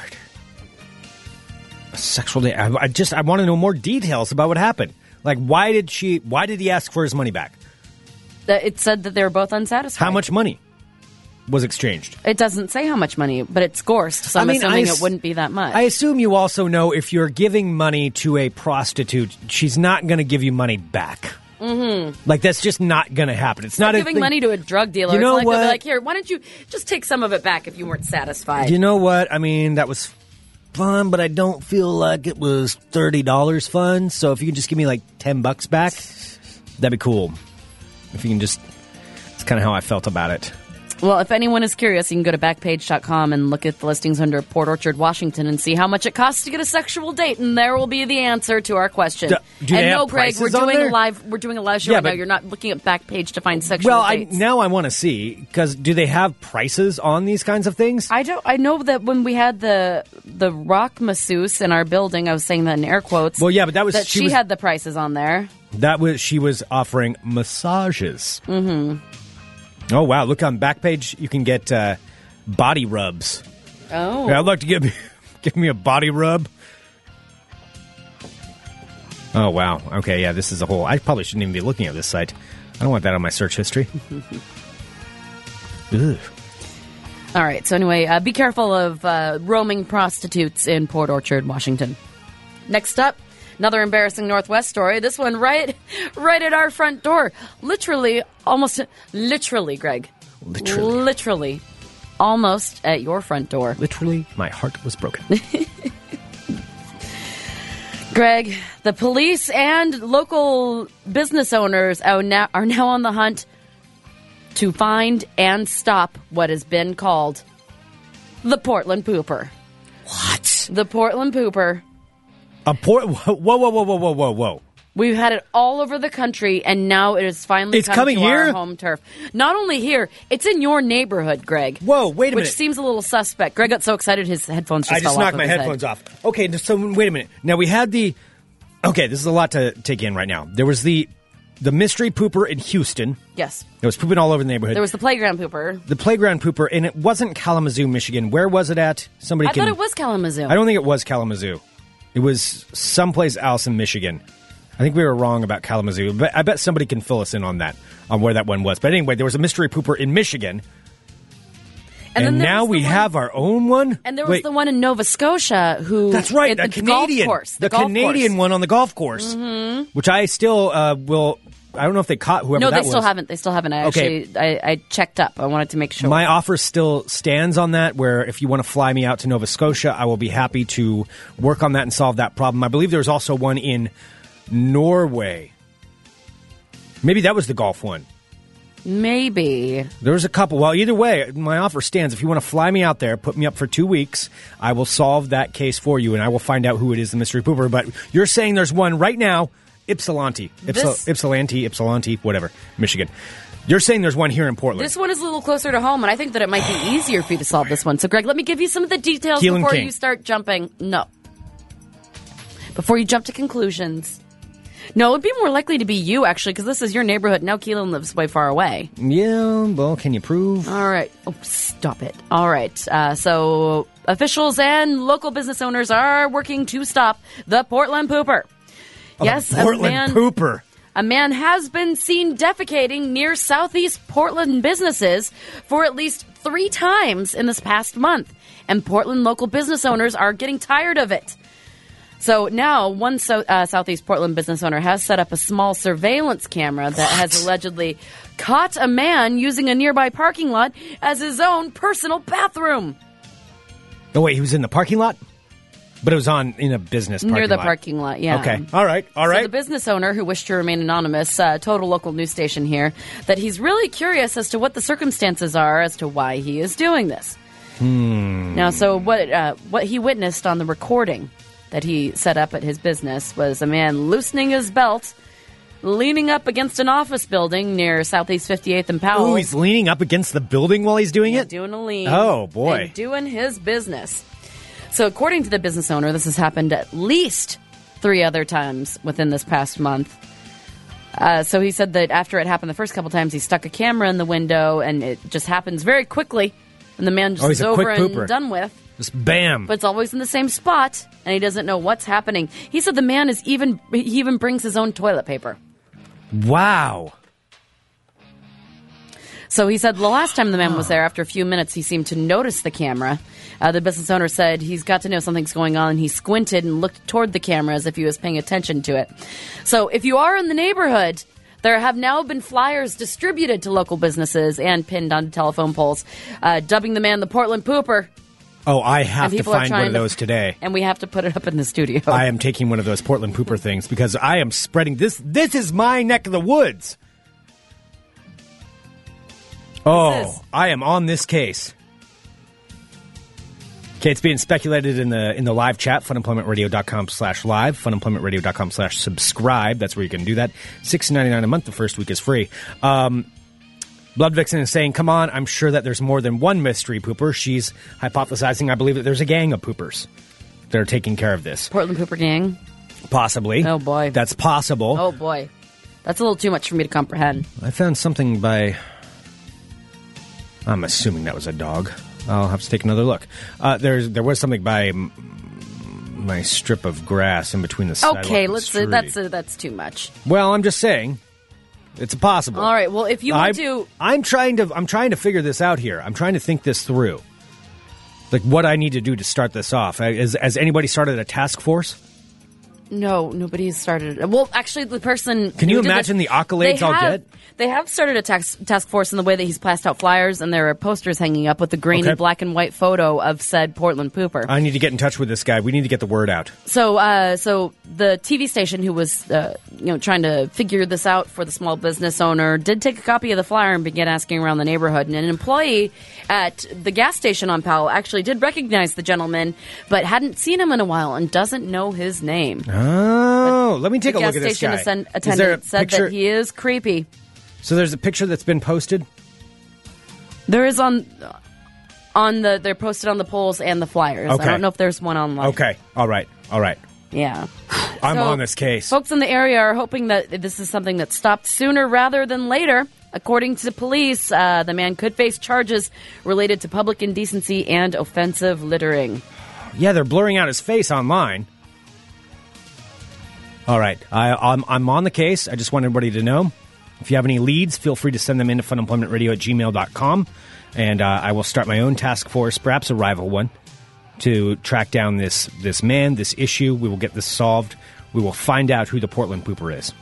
A sexual date. I, I just I want to know more details about what happened. Like why did she? Why did he ask for his money back?
that it said that they were both unsatisfied.
How much money was exchanged?
It doesn't say how much money, but it's Gorst, so I'm assuming
ass-
it wouldn't be that much.
I assume you also know if you're giving money to a prostitute, she's not going to give you money back. Mm-hmm. Like that's just not going to happen. It's not a
Giving
thing-
money to a drug dealer,
You know
it's like they'll be
what?
like, here, why don't you just take some of it back if you weren't satisfied?
You know what? I mean, that was fun, but I don't feel like it was thirty dollars fun. So if you can just give me like ten bucks back, that'd be cool. If you can just, it's kind of how I felt about it.
well, if anyone is curious, you can go to backpage.com and look at the listings under Port Orchard, Washington, and see how much it costs to get a sexual date, and there will be the answer to our question.
Do- do they
and
have
no, Greg, we're
prices on
doing
there?
a live, we're doing a live show
Yeah,
right now.
but-
You're not looking at Backpage to find sexual
Well, I,
dates.
now I want to see because do they have prices on these kinds of things?
I don't. I know that when we had the the rock masseuse in our building, I was saying that in air quotes.
Well, yeah, but that was-
that
she
she,
was-
had the prices on there.
that was she was offering massages. Mm-hmm. Oh wow! Look on Backpage, you can get uh, body rubs.
Oh,
Yeah, I'd like to give me give me a body rub. Oh wow. Okay, yeah, this is a whole I probably shouldn't even be looking at this site. I don't want that on my search history. Ugh.
all right. So anyway, uh, be careful of uh, roaming prostitutes in Port Orchard, Washington. Next up, another embarrassing Northwest story. This one right, right at our front door. Literally, almost, literally, Greg.
Literally.
literally, almost at your front door.
Literally my heart was broken.
Greg, the police and local business owners are now, are now on the hunt to find and stop what has been called the Portland Pooper. What? The Portland Pooper.
a port whoa whoa whoa whoa whoa whoa whoa.
We've had it all over the country, and now it is finally
It's
come
coming
to
here?
our home turf. Not only here, it's in your neighborhood, Greg.
Whoa, wait a
which
minute.
seems a little suspect. Greg got so excited his headphones just
I just
fell
knocked
off
my
of his
headphones
head.
off. Okay, so wait a minute. Now we had the. Okay, this is a lot to take in right now. There was the the mystery pooper in Houston.
Yes,
It was pooping all over the neighborhood.
there was the playground pooper.
the playground pooper, and it wasn't Kalamazoo, Michigan. Where was it at? Somebody
I
can.
thought it was Kalamazoo.
I don't think it was Kalamazoo. It was someplace else in Michigan. I think we were wrong about Kalamazoo, but I bet somebody can fill us in on that, on where that one was. But anyway, there was a mystery pooper in Michigan, and,
then there
now
was the
we
one-
have our own one.
And there was
Wait,
the one in Nova Scotia who
That's right,
at
the,
golf
Canadian,
course,
the,
golf
Canadian
course. Mm-hmm.
one on the golf course, which I still uh, will. I don't know if they caught whoever
No,
that
they still
was.
haven't. They still haven't. I
Okay.
actually I, I checked up. I wanted to make sure.
My offer still stands on that. Where if you want to fly me out to Nova Scotia, I will be happy to work on that and solve that problem. I believe there's also one in Norway. Maybe that was the golf one.
Maybe
There was a couple. Well, either way, my offer stands. If you want to fly me out there, put me up for two weeks. I will solve that case for you, and I will find out who it is, the mystery pooper. But you're saying there's one right now, Ypsilanti, Ypsil-
This-
Ypsilanti, Ypsilanti, whatever, Michigan. You're saying there's one here in Portland.
this one is a little closer to home, and I think that it might be easier for you to solve this one. So, Greg, let me give you some of the details
Keelan
before
King.
you start jumping. No, before you jump to conclusions. No, it would be more likely to be you actually, because this is your neighborhood. Now Keelan lives way far away.
yeah. Well, can you prove?
All right. Oh, stop it. All right. Uh, so officials and local business owners are working to stop the Portland pooper. yes,
Oh, Portland
a man.
pooper.
A man has been seen defecating near southeast Portland businesses for at least three times in this past month, and Portland local business owners are getting tired of it. So now, one so, uh, southeast Portland business owner has set up a small surveillance camera that has allegedly caught a man using a nearby parking lot as his own personal bathroom
Oh wait, he was in the parking lot, but it was on in a business parking
near the
lot.
parking lot. Yeah.
Okay. All right. All
So
right.
the business owner who wished to remain anonymous uh, told a local news station here that he's really curious as to what the circumstances are as to why he is doing this.
Hmm.
Now, so what uh, what he witnessed on the recording that he set up at his business was a man loosening his belt, leaning up against an office building near Southeast 58th and Powell,
oh, he's leaning up against the building while he's doing it.
doing a lean.
Oh, boy.
and doing his business. So, according to the business owner, this has happened at least three other times within this past month. Uh, so he said that after it happened the first couple times, he stuck a camera in the window, and it just happens very quickly, and the man just
Oh, he's
is
a
over
quick
and
pooper.
done with.
Just bam.
But it's always in the same spot, and he doesn't know what's happening. He said the man is even he even brings his own toilet paper.
wow.
So he said the last time the man was there, after a few minutes, he seemed to notice the camera. Uh, the business owner said he's got to know something's going on, and he squinted and looked toward the camera as if he was paying attention to it. So if you are in the neighborhood, there have now been flyers distributed to local businesses and pinned onto telephone poles, uh, dubbing the man the Portland Pooper.
Oh, I have
And
to
people are
find
trying
one of
to-
those today.
And we have to put it up in the studio.
I am taking one of those Portland pooper things because I am spreading this. This is my neck of the woods.
This
Oh,
is-
I am on this case. Okay, it's being speculated in the in the live chat, funemploymentradio.com slash live, funemploymentradio.com slash subscribe. That's where you can do that. Six ninety nine a month, the first week is free. Um, Blood Vixen is saying, come on, I'm sure that there's more than one mystery pooper. She's hypothesizing, I believe, that there's a gang of poopers that are taking care of this.
Portland Pooper Gang.
Possibly.
Oh, boy.
That's possible.
Oh boy, that's a little too much for me to comprehend.
I found something by. I'm assuming that was a dog. I'll have to take another look. Uh, there's there was something by m- my strip of grass in between the. sidewalk
Okay,
and
let's
street.
that's uh, that's too much.
well, I'm just saying, it's possible.
All right, well if you
I'm,
want to
I'm trying to I'm trying to figure this out here. I'm trying to think this through. Like what I need to do to start this off. I- Has, has anybody started a task force?
No, nobody has started. it. Well, actually, the person.
Can you
who did
imagine
this-
the accolades
they
I'll
have,
get?
They have started a tax, task force in the way that he's passed out flyers, and there are posters hanging up with the grainy
Okay.
black and white photo of said Portland pooper.
I need to get in touch with this guy. We need to get the word out.
so, uh, so the TV station who was, uh, you know, trying to figure this out for the small business owner did take a copy of the flyer and began asking around the neighborhood. And an employee at the gas station on Powell actually did recognize the gentleman, but hadn't seen him in a while and doesn't know his name.
Oh, Oh, let me take a
gas
look at this
station
guy.
assen-
Is there a
attendant said
picture?
that he is creepy.
So there's a picture that's been posted.
There is on on the they're posted on the polls and the flyers.
Okay.
I don't know if there's one online.
Okay. All right. All right.
Yeah.
I'm
So,
on this case.
Folks in the area are hoping that this is something that stopped sooner rather than later. According to police, uh, the man could face charges related to public indecency and offensive littering.
Yeah, they're blurring out his face online. All right, I, I'm, I'm on the case. I just want everybody to know. If you have any leads, feel free to send them in to funemploymentradio at gmail.com. And uh, I will start my own task force, perhaps a rival one, to track down this, this man, this issue. We will get this solved. We will find out who the Portland pooper is.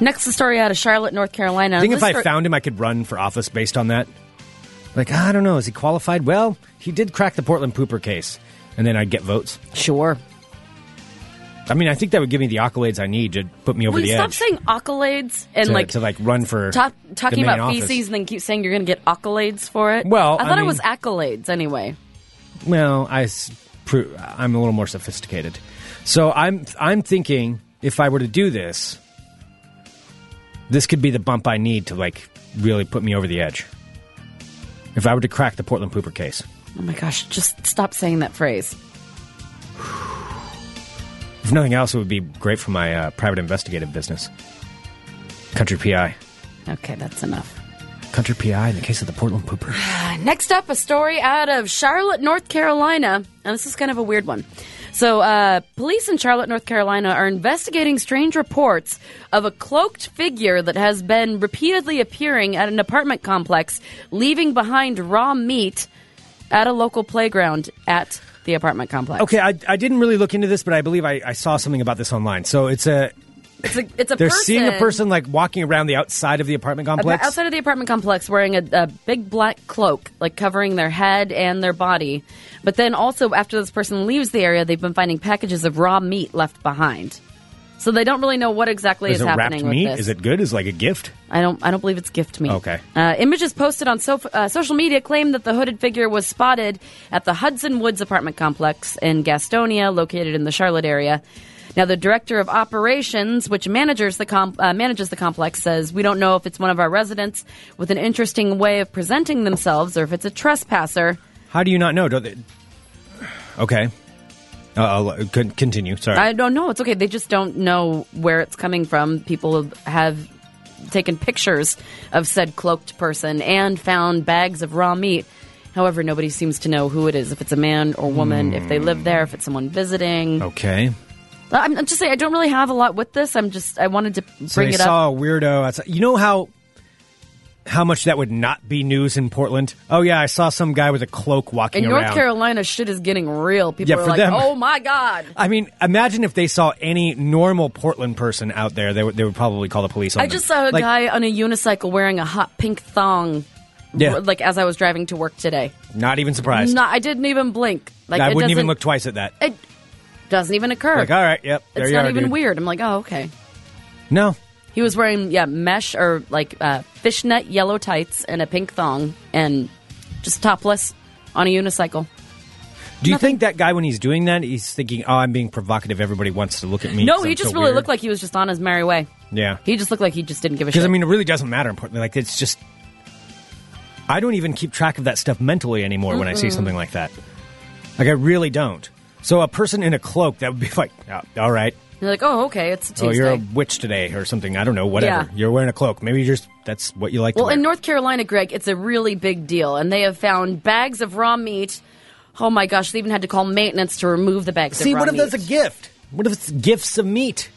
Next, the story out of Charlotte, North Carolina.
I think
This
if I
story-
found him, I could run for office based on that. Like, I don't know, is he qualified? Well, he did crack the Portland pooper case. And then I'd get votes.
sure.
I mean, I think that would give me the accolades I need to put me over
Will
the
you stop
edge
saying accolades and
to,
like
to like run for
talk, talking
the main
about
office.
feces and then keep saying you're going to get accolades for it?
Well,
I
I
thought
mean-
it was accolades anyway.
Well, I s- pro- I'm a little more sophisticated, so I'm I'm thinking if I were to do this, this could be the bump I need to like really put me over the edge. If I were to crack the Portland pooper case,
Oh my gosh, just stop saying that phrase.
if nothing else, it would be great for my uh, private investigative business. Country PI,
Okay, that's enough.
Country PI in the case of the Portland pooper.
Next up, a story out of Charlotte, North Carolina. And this is kind of a weird one. So, uh, police in Charlotte, North Carolina are investigating strange reports of a cloaked figure that has been repeatedly appearing at an apartment complex, leaving behind raw meat at a local playground at the apartment complex.
Okay, I, I didn't really look into this, but I believe I, I saw something about this online. So it's a
It's a, it's a
They're
person.
seeing a person like walking around the outside of the apartment complex.
Outside of the apartment complex, wearing a, a big black cloak, like covering their head and their body. But then also, after this person leaves the area, they've been finding packages of raw meat left behind. So they don't really know what exactly is,
Is it
happening
wrapped
with
meat?
this.
Is it good? Is it like a gift?
I don't. I don't believe it's gift meat.
Okay.
Uh, images posted on so, uh, social media claim that the hooded figure was spotted at the Hudson Woods apartment complex in Gastonia, located in the Charlotte area. Now, the director of operations, which managers the com- uh, manages the complex, says we don't know if it's one of our residents with an interesting way of presenting themselves or if it's a trespasser.
How do you not know? Don't they... Okay. Uh, I'll- con- continue. Sorry.
I don't know. It's okay. They just don't know where it's coming from. People have taken pictures of said cloaked person and found bags of raw meat. However, nobody seems to know who it is. If it's a man or woman, if they live there, if it's someone visiting.
Okay.
I'm, I'm just saying, I don't really have a lot with this. I'm just, I wanted to bring
So they
it up.
saw a weirdo outside. You know how how much that would not be news in Portland? Oh yeah, I saw some guy with a cloak walking
In
around.
North Carolina, shit is getting real. People
Yeah,
are
for
like,
them.
oh my God.
I mean, imagine if they saw any normal Portland person out there, they would they would probably call the police on
I
them.
just saw a
Like,
guy on a unicycle wearing a hot pink thong,
Yeah.
like as I was driving to work today.
Not even surprised.
No, I didn't even blink. Like
I
it
wouldn't even
doesn't-
look twice at that.
It doesn't even occur.
Like, all right, yep. there
it's
you
not
are,
even
dude.
weird. I'm like, oh, okay.
No.
He was wearing yeah mesh or like uh, fishnet yellow tights and a pink thong and just topless on a unicycle.
Do you think that guy, when he's doing that, he's thinking, "Oh, I'm being provocative. Everybody wants to look at me."
no,
'cause
he
I'm
just
so
really
weird."
looked like he was just on his merry way.
yeah.
He just looked like he just didn't give a shit.
Because I mean, it really doesn't matter. Importantly, like it's just, I don't even keep track of that stuff mentally anymore when I see something like that. Like I really don't. So a person in a cloak that would be like, "Oh, "All right,
You're like, oh, okay, it's a Tuesday.
oh, you're a witch today or something. I don't know. Whatever.
Yeah.
You're wearing a cloak. Maybe you're just that's what you like." to
Well,
wear.
in North Carolina, Greg, it's a really big deal, and they have found bags of raw meat. Oh my gosh, they even had to call maintenance to remove the bags.
see,
of raw
what if
meat.
that's a gift? What if it's gifts of meat?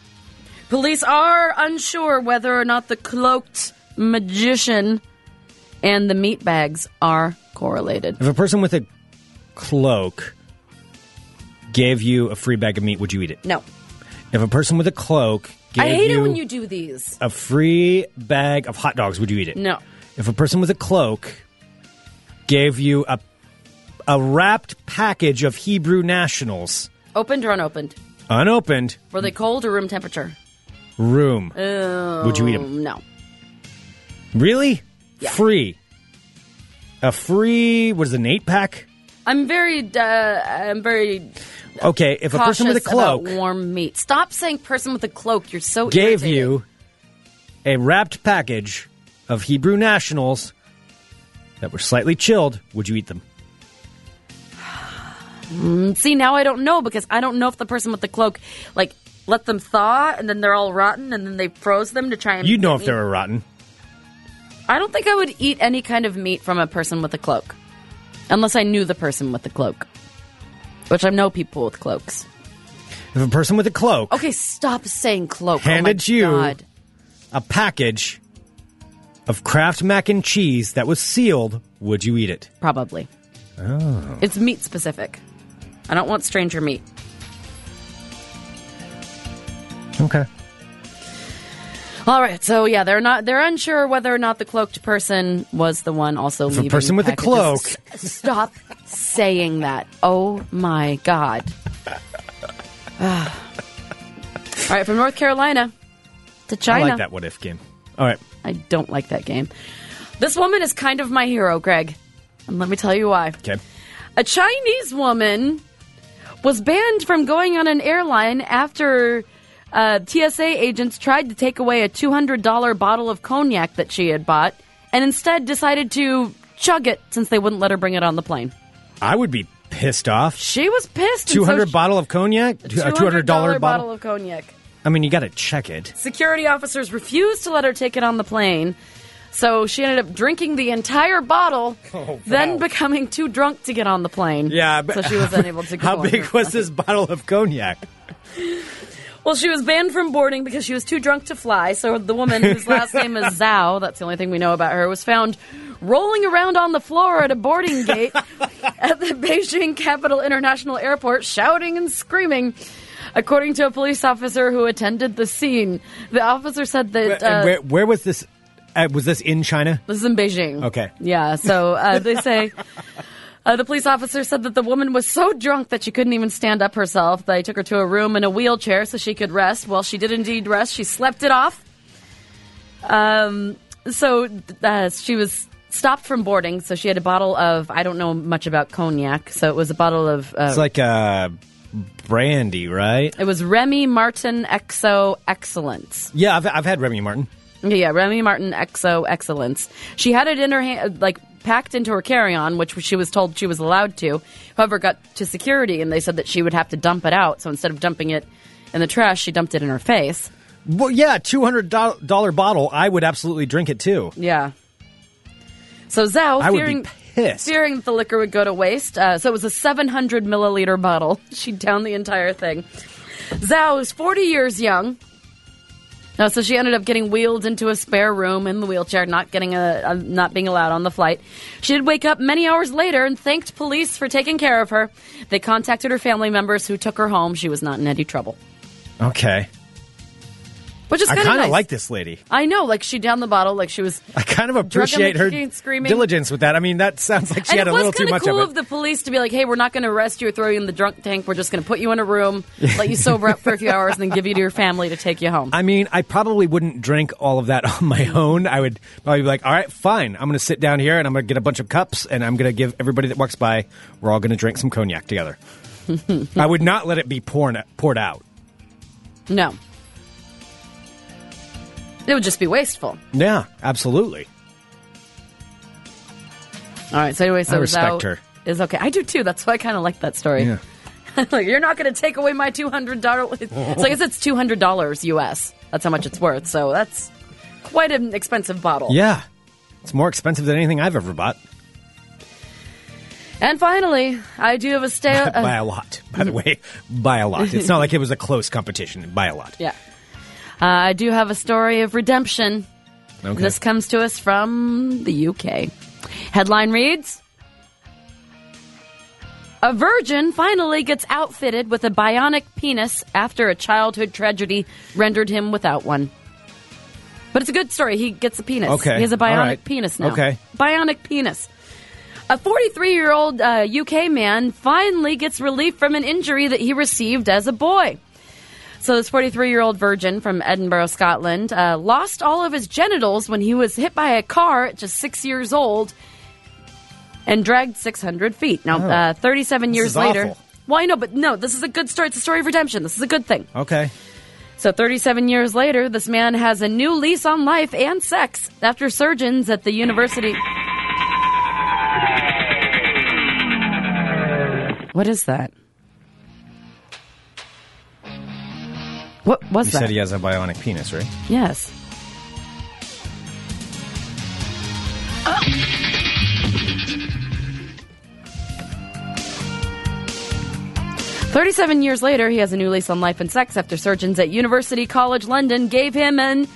Police are unsure whether or not the cloaked magician and the meat bags are correlated.
If a person with a cloak gave you a free bag of meat, would you eat it?
No.
If a person with a cloak gave
I hate
you,
it when you do these.
a free bag of hot dogs, would you eat it?
No.
If a person with a cloak gave you a a wrapped package of Hebrew nationals,
Opened or unopened?
unopened,
Were they cold or room temperature? Mm,
room, would you eat them?
No.
Really?
Yeah.
Free. A free what is it, an eight pack?
I'm very, uh, I'm very
okay, if a person with a
cautious about
cloak
warm meat. Stop saying person with a cloak. You're so
gave
irritating.
you a wrapped package of Hebrew nationals that were slightly chilled, would you eat them?
Mm, See, now I don't know because I don't know if the person with the cloak, like, let them thaw and then they're all rotten and then they froze them to try and.
You'd know
get
if
me.
they were rotten.
I don't think I would eat any kind of meat from a person with a cloak, unless I knew the person with the cloak, which I know people with cloaks.
If a person with a cloak,
Okay, stop saying cloak. Oh my
Handed you-
God.
a package of Kraft mac and cheese that was sealed, would you eat it?
probably. Oh, it's meat specific. I don't want stranger meat.
Okay.
All right, so yeah, they're not. They're unsure whether or not the cloaked person was the one
a
also leaving.
person with a
packages.
cloak-
S- Stop saying that. Oh my god. Ah. All right, from North Carolina to
I
China.
like that what if game. All right.
I don't like that game. This woman is kind of my hero, Greg, and let me tell you why.
Okay.
A Chinese woman was banned from going on an airline after uh, TSA agents tried to take away a $200 bottle of cognac that she had bought and instead decided to chug it since they wouldn't let her bring it on the plane.
I would be pissed off.
She was pissed. and so
200
she-
bottle of cognac? A
$200,
$200
bottle.
bottle?
of cognac.
I mean, you got to check it.
Security officers refused to let her take it on the plane. So she ended up drinking the entire bottle,
Oh,
then becoming too drunk to get on the plane. so she was unable to go.
How
on
big
her
was
flight.
this bottle of cognac?
Well, she was banned from boarding because she was too drunk to fly. So the woman whose last name is Zhao, that's the only thing we know about her, was found rolling around on the floor at a boarding gate at the Beijing Capital International Airport, shouting and screaming. According to a police officer who attended the scene, the officer said that uh,
And where, where was this? Uh, was this in China?
This is in Beijing.
Okay.
Yeah. So uh, they say. Uh, the police officer said that the woman was so drunk that she couldn't even stand up herself. They took her to a room in a wheelchair so she could rest. Well, she did indeed rest. She slept it off. Um, so uh, she was stopped from boarding. So she had a bottle of I don't know much about cognac. So it was a bottle of uh,
It's like uh, brandy, right?
it was Remy Martin Exo Excellence.
Yeah, I've, I've had Remy Martin.
Yeah, yeah, Remy Martin EXO Excellence. She had it in her hand, like packed into her carry-on, which she was told she was allowed to. However, got to security and they said that she would have to dump it out. So instead of dumping it in the trash, she dumped it in her face.
Well, yeah, two hundred dollar bottle. I would absolutely drink it too.
Yeah. So Zhao,
I would be
fearing,
pissed.
fearing that the liquor would go to waste, uh, so it was a 700 milliliter bottle. She downed the entire thing. Zhao is 40 years young. Uh, so she ended up getting wheeled into a spare room in the wheelchair, not getting a, uh, not being allowed on the flight. She did wake up many hours later and thanked police for taking care of her. They contacted her family members, who took her home. She was not in any trouble,
Okay,
which is
I
kind of
kind of
nice.
like this lady.
I know, like she downed the bottle, like she was
I kind of appreciate her
kicking, screaming.
diligence with that. I mean, that sounds like she
and
had
it
a
was
little too
kinda
much
cool
of it.
the police to be like, "Hey, we're not going to arrest you or throw you in the drunk tank. We're just going to put you in a room, let you sober up for a few hours, and then give you to your family to take you home."
I mean, I probably wouldn't drink all of that on my own. I would probably be like, all right, fine. I'm going to sit down here and I'm going to get a bunch of cups and I'm going to give everybody that walks by, we're all going to drink some cognac together. I would not let it be poured, poured out.
no, it would just be wasteful.
Yeah, absolutely.
All right. So anyway, so
I respect
Zhao
her.
Is okay. I do too. That's why I kind of like that story.
Yeah.
like, you're not going to take away my two hundred dollars. So I guess it's two hundred dollars US. That's how much it's worth. So that's quite an expensive bottle.
Yeah. It's more expensive than anything I've ever bought.
And finally, I do have a stay.
by a lot, by the way. By a lot. It's not like it was a close competition. By a lot.
Yeah. Uh, I do have a story of redemption.
Okay.
This comes to us from the UK. Headline reads A virgin finally gets outfitted with a bionic penis after a childhood tragedy rendered him without one. But it's a good story. He gets a penis.
Okay.
He has a
All
bionic
right.
penis now.
Okay.
Bionic penis. A 43 year old uh, UK man finally gets relief from an injury that he received as a boy. So, this 43 year old virgin from Edinburgh, Scotland, uh, lost all of his genitals when he was hit by a car at just six years old and dragged 600 feet. Now, uh, 37 years
Oh. is
later.
awful.
Well, I know, but no, this is a good story. It's a story of redemption. This is a good thing.
Okay.
So, 37 years later, this man has a new lease on life and sex after surgeons at the university. What is that? What was
You
that?
said he has a bionic penis, right?
Yes. Thirty-seven years later, he has a new lease on life and sex after surgeons at University College London gave him an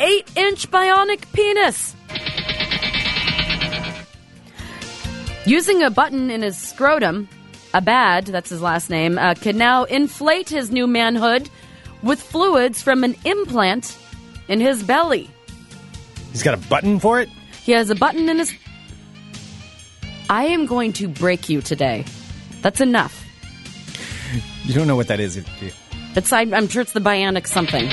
eight-inch bionic penis. Using a button in his scrotum, Abad, that's his last name, uh, can now inflate his new manhood with fluids from an implant in his belly.
He's got a button for it?
He has a button in his. I am going to break you today. That's enough.
You don't know what that is. It- it-
It's, I, I'm sure it's the bionic something.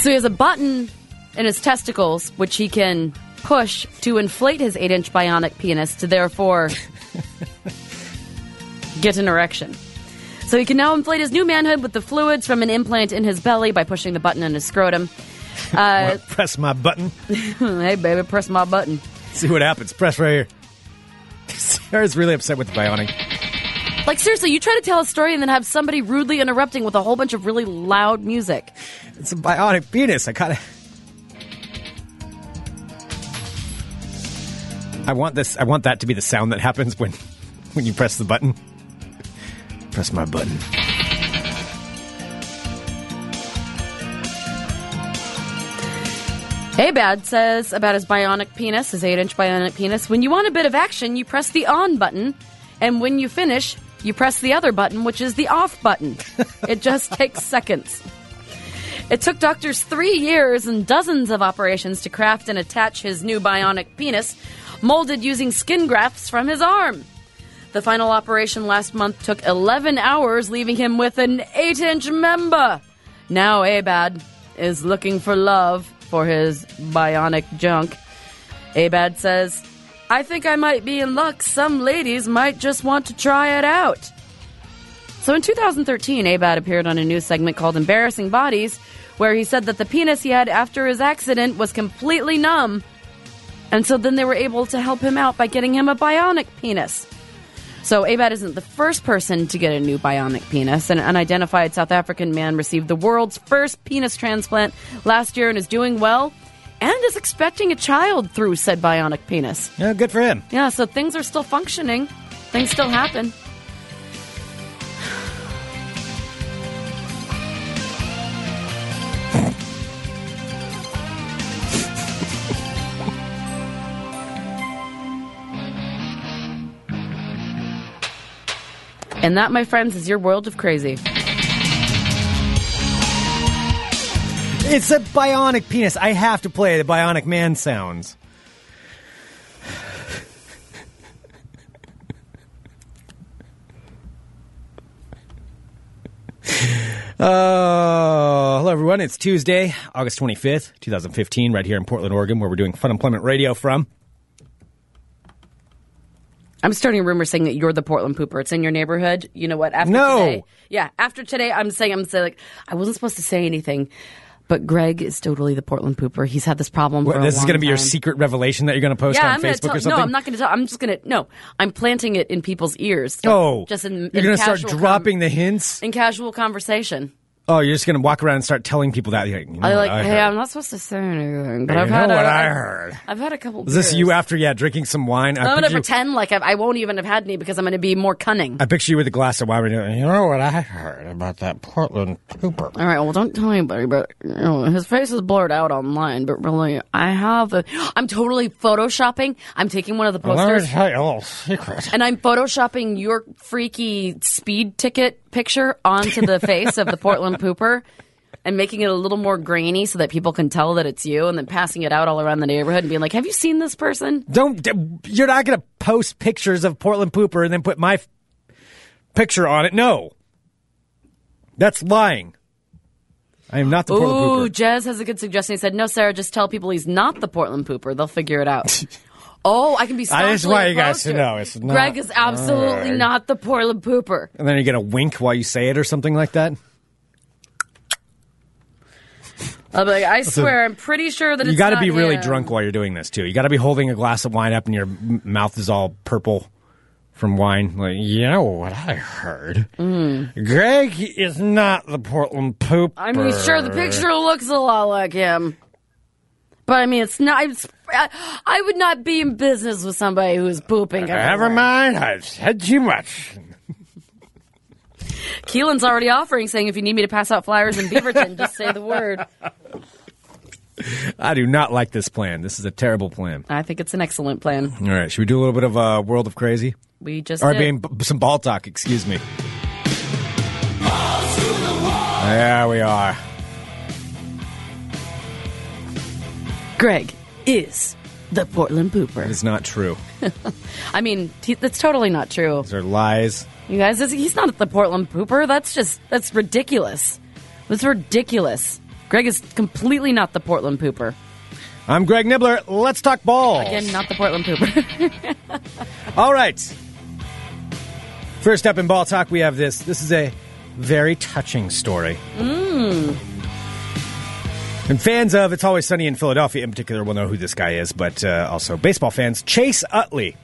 So he has a button in his testicles, which he can push to inflate his eight inch bionic penis to therefore get an erection. So he can now inflate his new manhood with the fluids from an implant in his belly by pushing the button in his scrotum. Hmm,
Wanna press my button.
hey, baby, press my button.
See what happens. Press right here. Sarah's really upset with the bionic.
Like seriously, you try to tell a story and then have somebody rudely interrupting with a whole bunch of really loud music.
It's a bionic penis. I gotta. I want this. I want that to be the sound that happens when, when you press the button. Press my button.
Abad says about his bionic penis, his 8-inch bionic penis, when you want a bit of action, you press the on button, and when you finish, you press the other button, which is the off button. it just takes seconds. It took doctors 3 years and dozens of operations to craft and attach his new bionic penis, molded using skin grafts from his arm. The final operation last month took 11 hours, leaving him with an 8 inch member. Now Abad is looking for love for his bionic junk. Abad says, I think I might be in luck. Some ladies might just want to try it out. So in 2013, Abad appeared on a news segment called Embarrassing Bodies, where he said that the penis he had after his accident was completely numb. And so then they were able to help him out by getting him a bionic penis. So Abad isn't the first person to get a new bionic penis. An unidentified South African man received the world's first penis transplant last year and is doing well and is expecting a child through said bionic penis.
Yeah, good for him.
Yeah, so things are still functioning. Things still happen. And that, my friends, is your world of crazy.
It's a bionic penis. I have to play the bionic man sounds. Uh, hello, everyone. It's Tuesday, August 25th, 2015, right here in Portland, Oregon, where we're doing Fun Employment Radio from.
I'm starting a rumor saying that you're the Portland pooper. It's in your neighborhood. You know what? After
No.
today, yeah. After today, I'm saying I'm saying like I wasn't supposed to say anything, but Greg is totally the Portland pooper. He's had this problem.
What,
for a
this is
long
going to be your
time.
secret revelation that you're going to post
Yeah,
on
I'm
Facebook
gonna tell,
or something?
No, I'm not going to tell. I'm just going to no. I'm planting it in people's ears.
Oh,
just in
you're
in
gonna start
casual com-
dropping the hints.
in casual conversation.
Oh, you're just going to walk around and start telling people that. You're like, you know
I
what
like,
Oh, I
hey,
heard.
I'm not supposed to say anything, but
You
I've
know
had
what
a,
I
I've-
heard.
I've had a couple.
Is this
beers.
you after, yeah, drinking some wine?
I'm going
picture
to
you-
pretend like I've, I won't even have had any because I'm going to be more cunning.
I picture you with a glass of wine. and You know what I heard about that Portland trooper?
All right. Well, don't tell anybody, but you know, his face is blurred out online. But really, I have. A, I'm totally photoshopping. I'm taking one of the
Let
posters
me tell you a little secret.
and I'm photoshopping your freaky speed ticket picture onto the face of the Portland pooper. And making it a little more grainy so that people can tell that it's you, and then passing it out all around the neighborhood and being like, "Have you seen this person?"
Don't. d- You're not going to post pictures of Portland pooper and then put my f- picture on it. No, that's lying. I am not the
Ooh,
Portland pooper.
Jez has a good suggestion. He said, "No, Sarah, just tell people he's not the Portland pooper. They'll figure it out." Oh, I can be.
I just
staunchly
want you guys to
opposed
know it's not-
Greg is absolutely
Greg.
not the Portland pooper.
And then you get a wink while you say it or something like that.
I'll be like, I swear, I'm pretty sure that
You
it's
got to
not
be really
him.
drunk while you're doing this too. You got to be holding a glass of wine up and your m- mouth is all purple from wine. Like, you know what I heard? Greg is not the Portland poop.
Mm-hmm. I mean, sure, the picture looks a lot like him, but I mean, it's not. It's, I, I would not be in business with somebody who's pooping.
Never
everywhere.
mind. I've said too much.
Keelan's already offering, saying if you need me to pass out flyers in Beaverton, just say the word.
I do not like this plan. This is a terrible plan.
I think it's an excellent plan.
All right, should we do a little bit of uh, World of Crazy?
We just
Or I
did.
mean, b- some ball talk, excuse me. There we are.
Greg is the Portland pooper.
It's not true.
I mean, he, that's totally not true.
These are lies.
You guys, this- he's not the Portland pooper. That's just that's ridiculous. That's ridiculous. Greg is completely not the Portland pooper.
I'm Greg Nibbler. Let's talk balls.
Again, not the Portland pooper.
All right. First up in ball talk, we have this. This is a very touching story.
Mm.
And fans of It's Always Sunny in Philadelphia, in particular, will know who this guy is, but uh, also baseball fans. Chase Utley.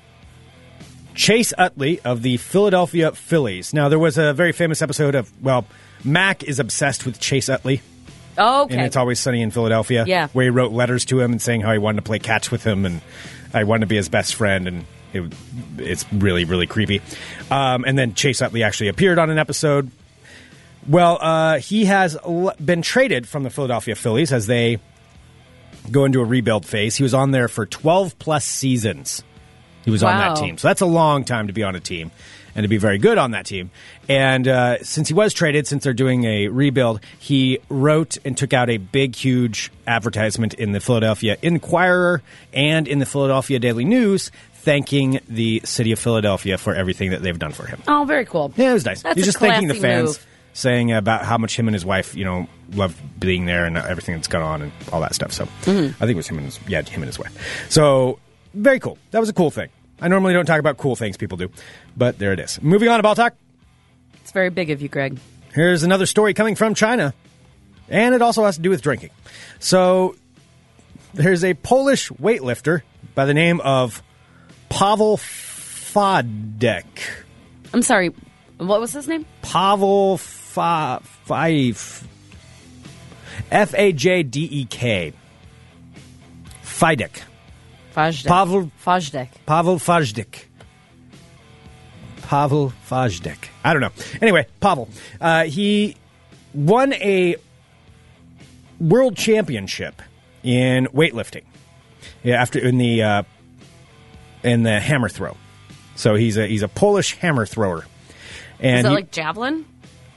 Chase Utley of the Philadelphia Phillies. Now, there was a very famous episode of, well, Mac is obsessed with Chase Utley,
okay.
and It's Always Sunny in Philadelphia,
Yeah.
where he wrote letters to him and saying how he wanted to play catch with him and I wanted to be his best friend, and it, it's really, really creepy. Um, and then Chase Utley actually appeared on an episode. Well, uh, he has l- been traded from the Philadelphia Phillies as they go into a rebuild phase. He was on there for 12 plus seasons. He was on
Wow.
that team. So that's a long time to be on a team and to be very good on that team. And uh, since he was traded, since they're doing a rebuild, he wrote and took out a big, huge advertisement in the Philadelphia Inquirer and in the Philadelphia Daily News thanking the city of Philadelphia for everything that they've done for him.
oh, very cool.
Yeah, it was nice.
That's
He's
a
just thanking the
classy
fans,
move.
saying about how much him and his wife, you know, love being there and everything that's gone on and all that stuff. So I
Mm-hmm.
think it was him and his yeah, him and his wife. So very cool. That was a cool thing. I normally don't talk about cool things people do, but there it is. Moving on to ball talk.
It's very big of you, Greg.
Here's another story coming from China, and it also has to do with drinking. So there's a Polish weightlifter by the name of Pavel Fadek.
I'm sorry. What was his name?
Pavel Fa- Faif. F A J D E K. Fidek.
Fajdek.
Pavel-
Fajdek.
Pavel Fajdik. Pavel Fajdik. I don't know. Anyway, Pavel. Uh, he won a world championship in weightlifting. Yeah, after in the uh, in the hammer throw. So he's a he's a Polish hammer thrower. And
Is that
he-
like javelin?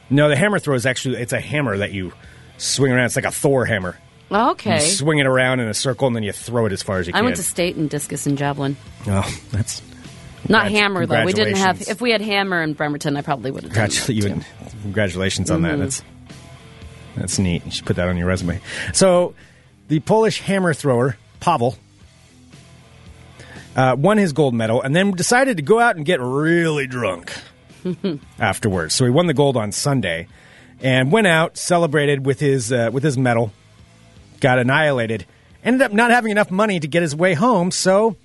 No, the hammer throw is actually it's a hammer that you swing around. It's like a Thor hammer.
Oh, Okay.
You swing it around in a circle and then you throw it as far as you
I
can.
went to state in discus and javelin.
oh, that's
Not
Congrats-
hammer though. We didn't have.
congratulations.
If we had hammer in Bremerton, I probably would have. done
congratu- you
too.
would- congratulations on that. That's that's neat. You should put that on your resume. So, the Polish hammer thrower Pavel uh, won his gold medal and then decided to go out and get really drunk afterwards. So he won the gold on Sunday and went out, celebrated with his uh, with his medal, got annihilated. Ended up not having enough money to get his way home, so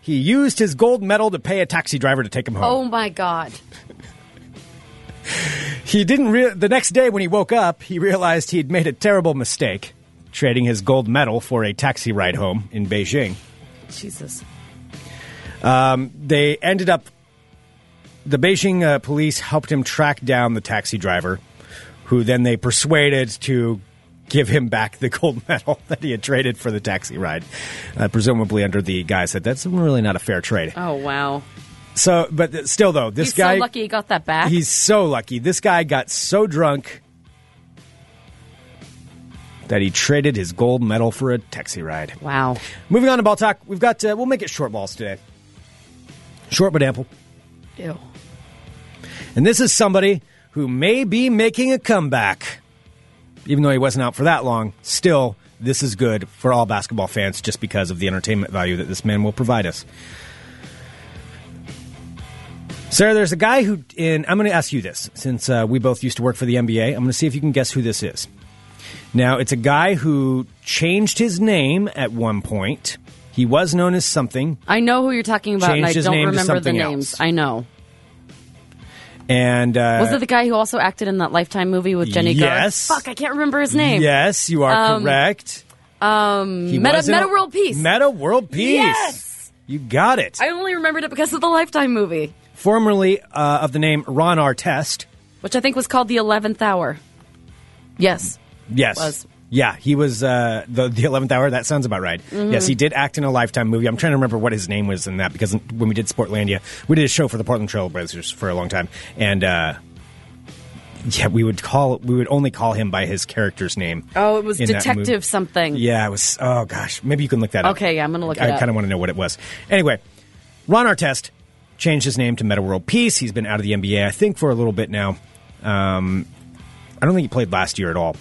he used his gold medal to pay a taxi driver to take him home.
Oh my god.
He didn't. Re- the next day, when he woke up, he realized he'd made a terrible mistake, trading his gold medal for a taxi ride home in Beijing.
Jesus.
They ended up. The Beijing uh, police helped him track down the taxi driver, who then they persuaded to give him back the gold medal that he had traded for the taxi ride, uh, presumably under the guise that that's really not a fair trade.
Oh wow.
So, but th- still, though, this
He's
guy
so lucky he got that back.
He's so lucky. This guy got so drunk that he traded his gold medal for a taxi ride.
wow.
Moving on to ball talk, we've got uh, we'll make it short balls today. Short but ample.
Ew.
And this is somebody who may be making a comeback. Even though he wasn't out for that long, still This is good for all basketball fans just because of the entertainment value that this man will provide us. Sarah, there's a guy who, in, I'm going to ask you this since uh, we both used to work for the NBA. I'm going to see if you can guess who this is. Now, it's a guy who changed his name at one point. He was known as something,
I know who you're talking about, and
Changed
I
his
don't
name to
remember the
something
names.
else.
I know.
and uh,
Was it the guy who also acted in that Lifetime movie with Jenny Garth?
Yes.
Fuck, I can't remember his name.
Yes, you are correct. Um,
Meta- Meta World Peace.
Meta World Peace.
Yes!
You got it.
I only remembered it because of the Lifetime movie,
Formerly uh, of the name Ron Artest.
which I think was called The Eleventh Hour. Yes.
Yes.
Was.
Yeah, he was uh, the the eleventh hour. That sounds about right.
Mm-hmm.
Yes, he did act in a Lifetime movie. I'm trying to remember what his name was in that because when we did Sportlandia, we did a show for the Portland Trailblazers for a long time, and uh, yeah, we would call we would only call him by his character's name.
Oh, it was
in that movie.
Detective something.
Yeah, it was. Oh gosh, maybe you can look that up.
Okay, yeah, I'm gonna look it
I
up.
kind of want to know what it was. Anyway, Ron Artest changed his name to Meta World Peace. He's been out of the NBA, I think, for a little bit now. Um, I don't think he played last year at all.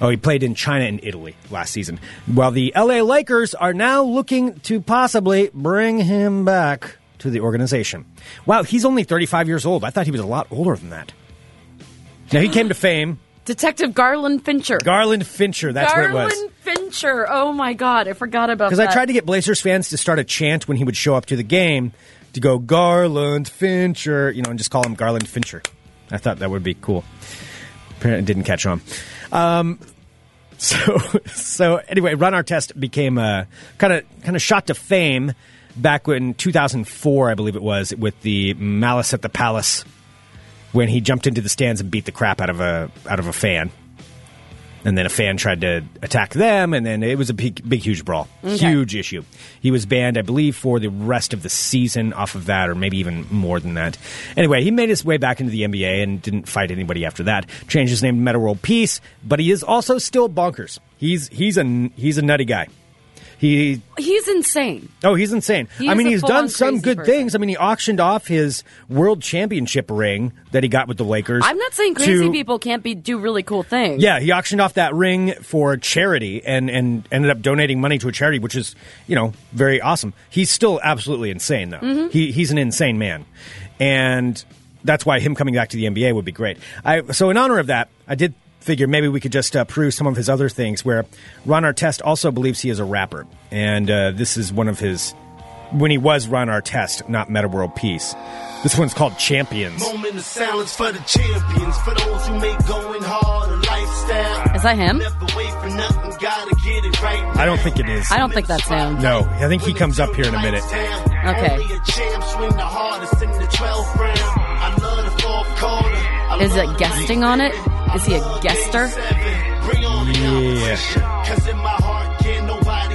Oh, he played in China and Italy last season. While the LA Lakers are now looking to possibly bring him back to the organization. Wow, he's only 35 years old. I thought he was a lot older than that. Now he came to fame.
Detective Garland Fincher.
Garland Fincher, that's
Garland
what it was.
Fincher. Oh my god, I forgot about that.
Because I tried to get Blazers fans to start a chant when he would show up to the game to go Garland Fincher, you know, and just call him Garland Fincher. I thought that would be cool. Apparently, it didn't catch on. Um, so, so anyway, Ron Artest became a kind of kind of shot to fame back in 2004, I believe it was, with the Malice at the Palace, when he jumped into the stands and beat the crap out of a out of a fan and then a fan tried to attack them, and then it was a big, big huge brawl, huge issue. He was banned, I believe, for the rest of the season off of that, or maybe even more than that. Anyway, he made his way back into the NBA and didn't fight anybody after that. Changed his name to Meta World Peace, but he is also still bonkers. He's he's a he's a nutty guy. He
He's insane.
Oh, he's insane.
He
I
is
mean,
a
he's
full-on
done some
crazy
good
person.
things. I mean, he auctioned off his world championship ring that he got with the Lakers.
I'm not saying crazy
to-
people can't be do really cool things.
Yeah, he auctioned off that ring for charity and and ended up donating money to a charity, which is you know very awesome. He's still absolutely insane though.
Mm-hmm.
He he's an insane man, and that's why him coming back to the NBA would be great. I so in honor of that, I did figure maybe we could just uh, prove some of his other things. Where Ron Artest also believes he is a rapper, and uh, this is one of his. When he was Ron Artest, not Meta World Peace. This one's called Champions.
Moment of silence for the champions, for those who make going hard a lifestyle.
Is that him?
Never wait for nothing, gotta get it right.
I don't think it is.
I don't think that's him.
No, I think he comes up here in a minute.
Oh, Okay.
Only a champ swing the hardest in the 12th round. I love the fourth quarter. I
Is it
love
guesting on it? Is he a guester?
Yeah.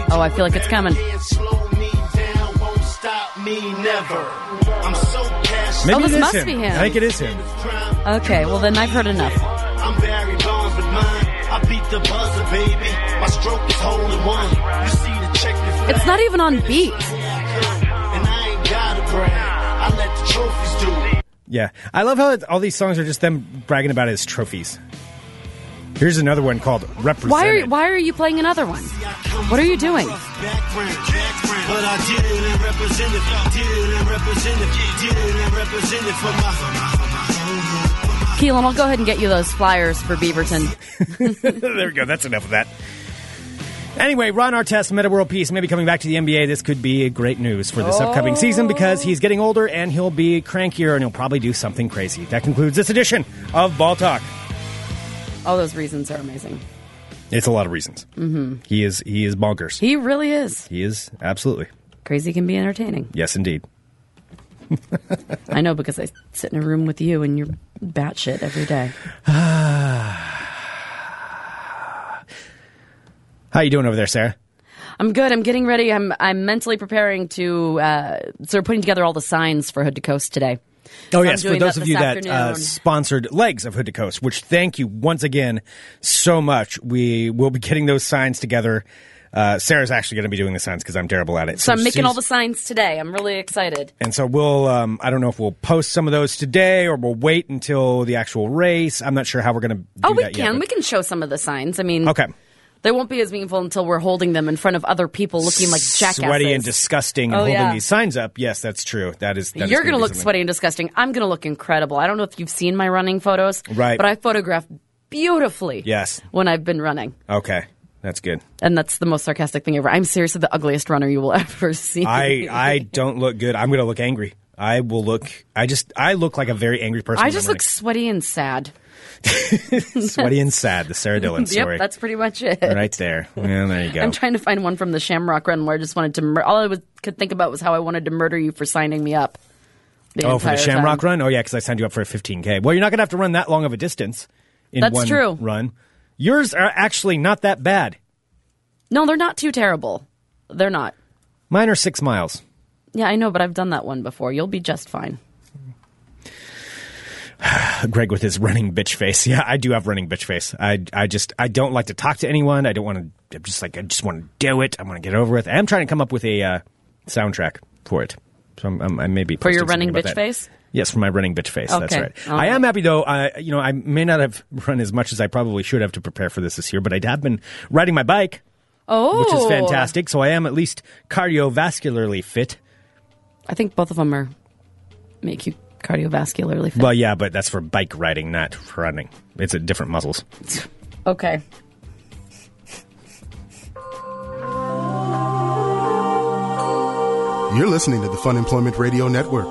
Oh, I feel like it's coming.
Maybe
Oh,
Maybe
this
it is
must
him.
be him.
I think it is him.
Okay, well then I've heard enough.
I'm Barry Bonds with mine. I beat the buzzer, baby. My stroke is holding one. You see the check reflect.
It's not even on beat.
And I ain't gotta brag. I let the trophies do it.
Yeah, I love how it, all these songs are just them bragging about his trophies. Here's another one called "Represent."
Why are you, why are you playing another one? What are you doing?
Background, background. But I did it and represented. Did it and represented. Did it and represented for my.
Keelan, I'll go ahead and get you those flyers for Beaverton.
there we go. That's enough of that. Anyway, Ron Artest, Meta World Peace, maybe coming back to the NBA. This could be great news for this upcoming
Oh.
season because he's getting older and he'll be crankier and he'll probably do something crazy. That concludes this edition of Ball Talk.
All those reasons are amazing.
It's a lot of reasons. Mm-hmm. He is he is bonkers.
He really is.
He is absolutely
Crazy can be entertaining.
yes, indeed.
I know because I sit in a room with you and you're batshit every day.
How you doing over there, Sarah?
I'm good. I'm getting ready. I'm I'm mentally preparing to uh, sort of putting together all the signs for Hood to Coast today.
Oh
I'm
yes, for
doing
those of
that this
you that uh,
afternoon.
sponsored legs of Hood to Coast, which thank you once again so much. We will be getting those signs together. Uh, Sarah's actually going to be doing the signs because I'm terrible at it.
So I'm making all the
she's-
signs today. I'm really excited.
and so we'll. Um, I don't know if we'll post some of those today or we'll wait until the actual race. I'm not sure how we're going to.
Oh, we
that
can.
Yet,
we
but-
can show some of the signs. I mean,
Okay.
They won't be as meaningful until we're holding them in front of other people looking like jackasses.
Sweaty and disgusting and
Oh,
holding
yeah.
these signs up. Yes, that's true. That is. that is
You're going
gonna
to
be
look
something.
sweaty and disgusting. I'm going to look incredible. I don't know if you've seen my running photos,
Right.
But I photograph beautifully.
Yes.
When I've been running,
Okay, that's good.
and that's the most sarcastic thing ever. I'm seriously the ugliest runner you will ever see.
I I don't look good. I'm gonna look angry. I will look. I just I look like a very angry person.
I
when
just
I'm
look sweaty and sad.
running. sweaty and sad. The Sarah Dillon story.
Yep, that's pretty much it.
right there. Well, there you go.
I'm trying to find one from the Shamrock Run where I just wanted to. Mur- all I was, could think about was how I wanted to murder you for signing me up.
oh, for the
entire
Shamrock
time.
Run. Oh yeah, because I signed you up for a 15k. Well, you're not gonna have to run that long of a distance. In
That's
one
true.
Run. Yours are actually not that bad.
No, they're not too terrible. They're not.
Mine are six miles.
Yeah, I know, but I've done that one before. You'll be just fine.
Greg with his running bitch face. Yeah, I do have running bitch face. I, I just I don't like to talk to anyone. I don't want to. I'm just like I just want to do it. I want to get over with. I'm trying to come up with a uh, soundtrack for it. So I'm, I'm, I may be
For your
posting something
running
about that.
bitch face?
Yes, for my running bitch face. That's
Okay.
right.
All
I am
right.
happy though. I you know I may not have run as much as I probably should have to prepare for this this year, but I have been riding my bike,
Oh,
which is fantastic. So I am at least cardiovascularly fit.
I think both of them are make you cardiovascularly fit.
Well, yeah, but that's for bike riding, not for running. It's a different muscles.
okay.
You're listening to the Fun Employment Radio Network.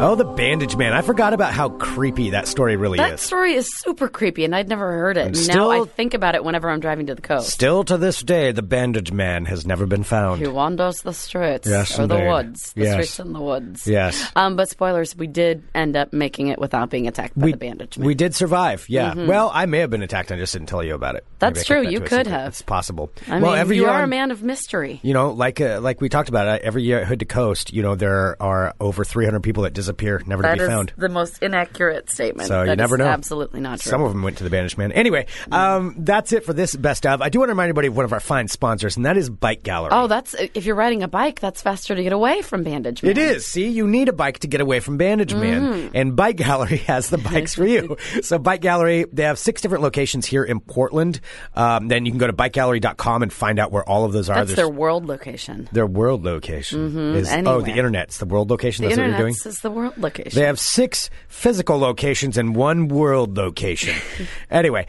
Oh, the bandage man. I forgot about how creepy that story really
That
is.
story is super creepy, and I'd never heard it. And
still-
now I think about it whenever I'm driving to the coast.
Still to this day, the bandage man has never been found.
Who wanders the streets
Yes,
or the
indeed.
woods? The
Yes.
streets and the woods.
Yes.
Um, but spoilers, we did end up making it without being attacked by the bandage man. Mm-hmm.
We did survive. Yeah. Well, I may have been attacked. and I just didn't tell you about it. Maybe I
That's
kept
true,
that
you
to a
could
secret.
have.
It's possible.
I
well,
mean,
every
you
year
are a
on-
man of mystery.
You know, like uh, like we talked about uh, every year at Hood to Coast. You know, there are over 300 people that disappear, never
That
to be
is
found.
the most inaccurate statement.
So you
That
never
is
know.
Absolutely not true. Mm-hmm.
Some of them went to the Banished Man. Anyway, um, that's it for this best of. I do want to remind everybody of one of our fine sponsors, and that is Bike Gallery.
oh, that's if you're riding a bike, that's faster to get away from bandage. Man.
It is. See, you need a bike to get away from Bandage Man.
Mm-hmm.
And Bike Gallery has the bikes for you. so, Bike Gallery, they have six different locations here in Portland. Um, then you can go to bikegallery.com and find out where all of those are.
That's
There's-
their world location.
their world location. is, oh,
anywhere.
the internet's the world location.
The
That's what
internet
you're doing?
is the world location.
They have six physical locations and one world location. anyway,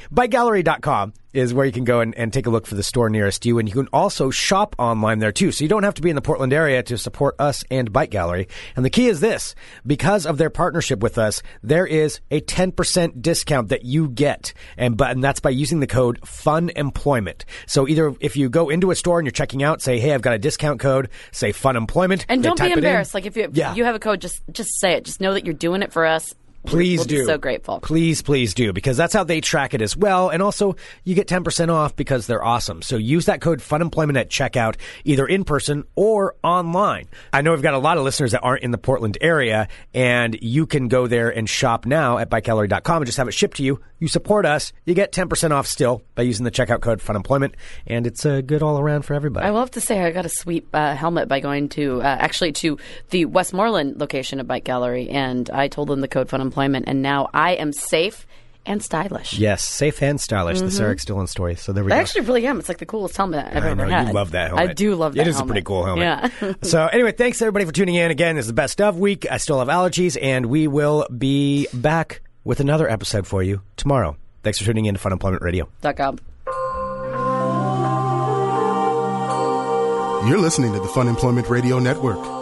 bikegallery.com is where you can go and, and take a look for the store nearest you. And you can also shop online there too. So you don't have to be in the Portland area to support us and Bike Gallery. And the key is this because of their partnership with us, there is a 10% discount that you get. And, but, and that's by using the code FUN EMPLOYMENT. So either if you go into a store and you're checking out, say, hey, I've got a discount code, say FUN EMPLOYMENT.
and
they
don't
type
be
it in.
embarrassed. Like if you
Yeah.
you have a code, just just say it. Just know that you're doing it for us.
Please
we'll
do.
Be so grateful.
Please, please do because that's how they track it as well. And also, you get ten percent off because they're awesome. So use that code FunEmployment at checkout, either in person or online. I know we've got a lot of listeners that aren't in the Portland area, and you can go there and shop now at bikegallery.com and just have it shipped to you. You support us, you get ten percent off still by using the checkout code FunEmployment, and it's uh, good all around for everybody.
I will have to say I got a sweet uh, helmet by going to uh, actually to the Westmoreland location of Bike Gallery, and I told them the code Fun Employment, and now I am safe and stylish.
yes, safe and stylish. The Sarah Dillon story. So there we
I
go.
Mm-hmm. actually really am. It's like the coolest helmet I've
I
ever
know
had.
you love that helmet.
I do love
It
that.
is
helmet.
a pretty cool helmet.
Yeah.
so anyway, thanks everybody for tuning in. Again, this is the best of week. I still have allergies, and we will be back with another episode for you tomorrow. Thanks for tuning in to Fun Employment Radio.
Duck up.
You're listening to the Fun Employment Radio Network.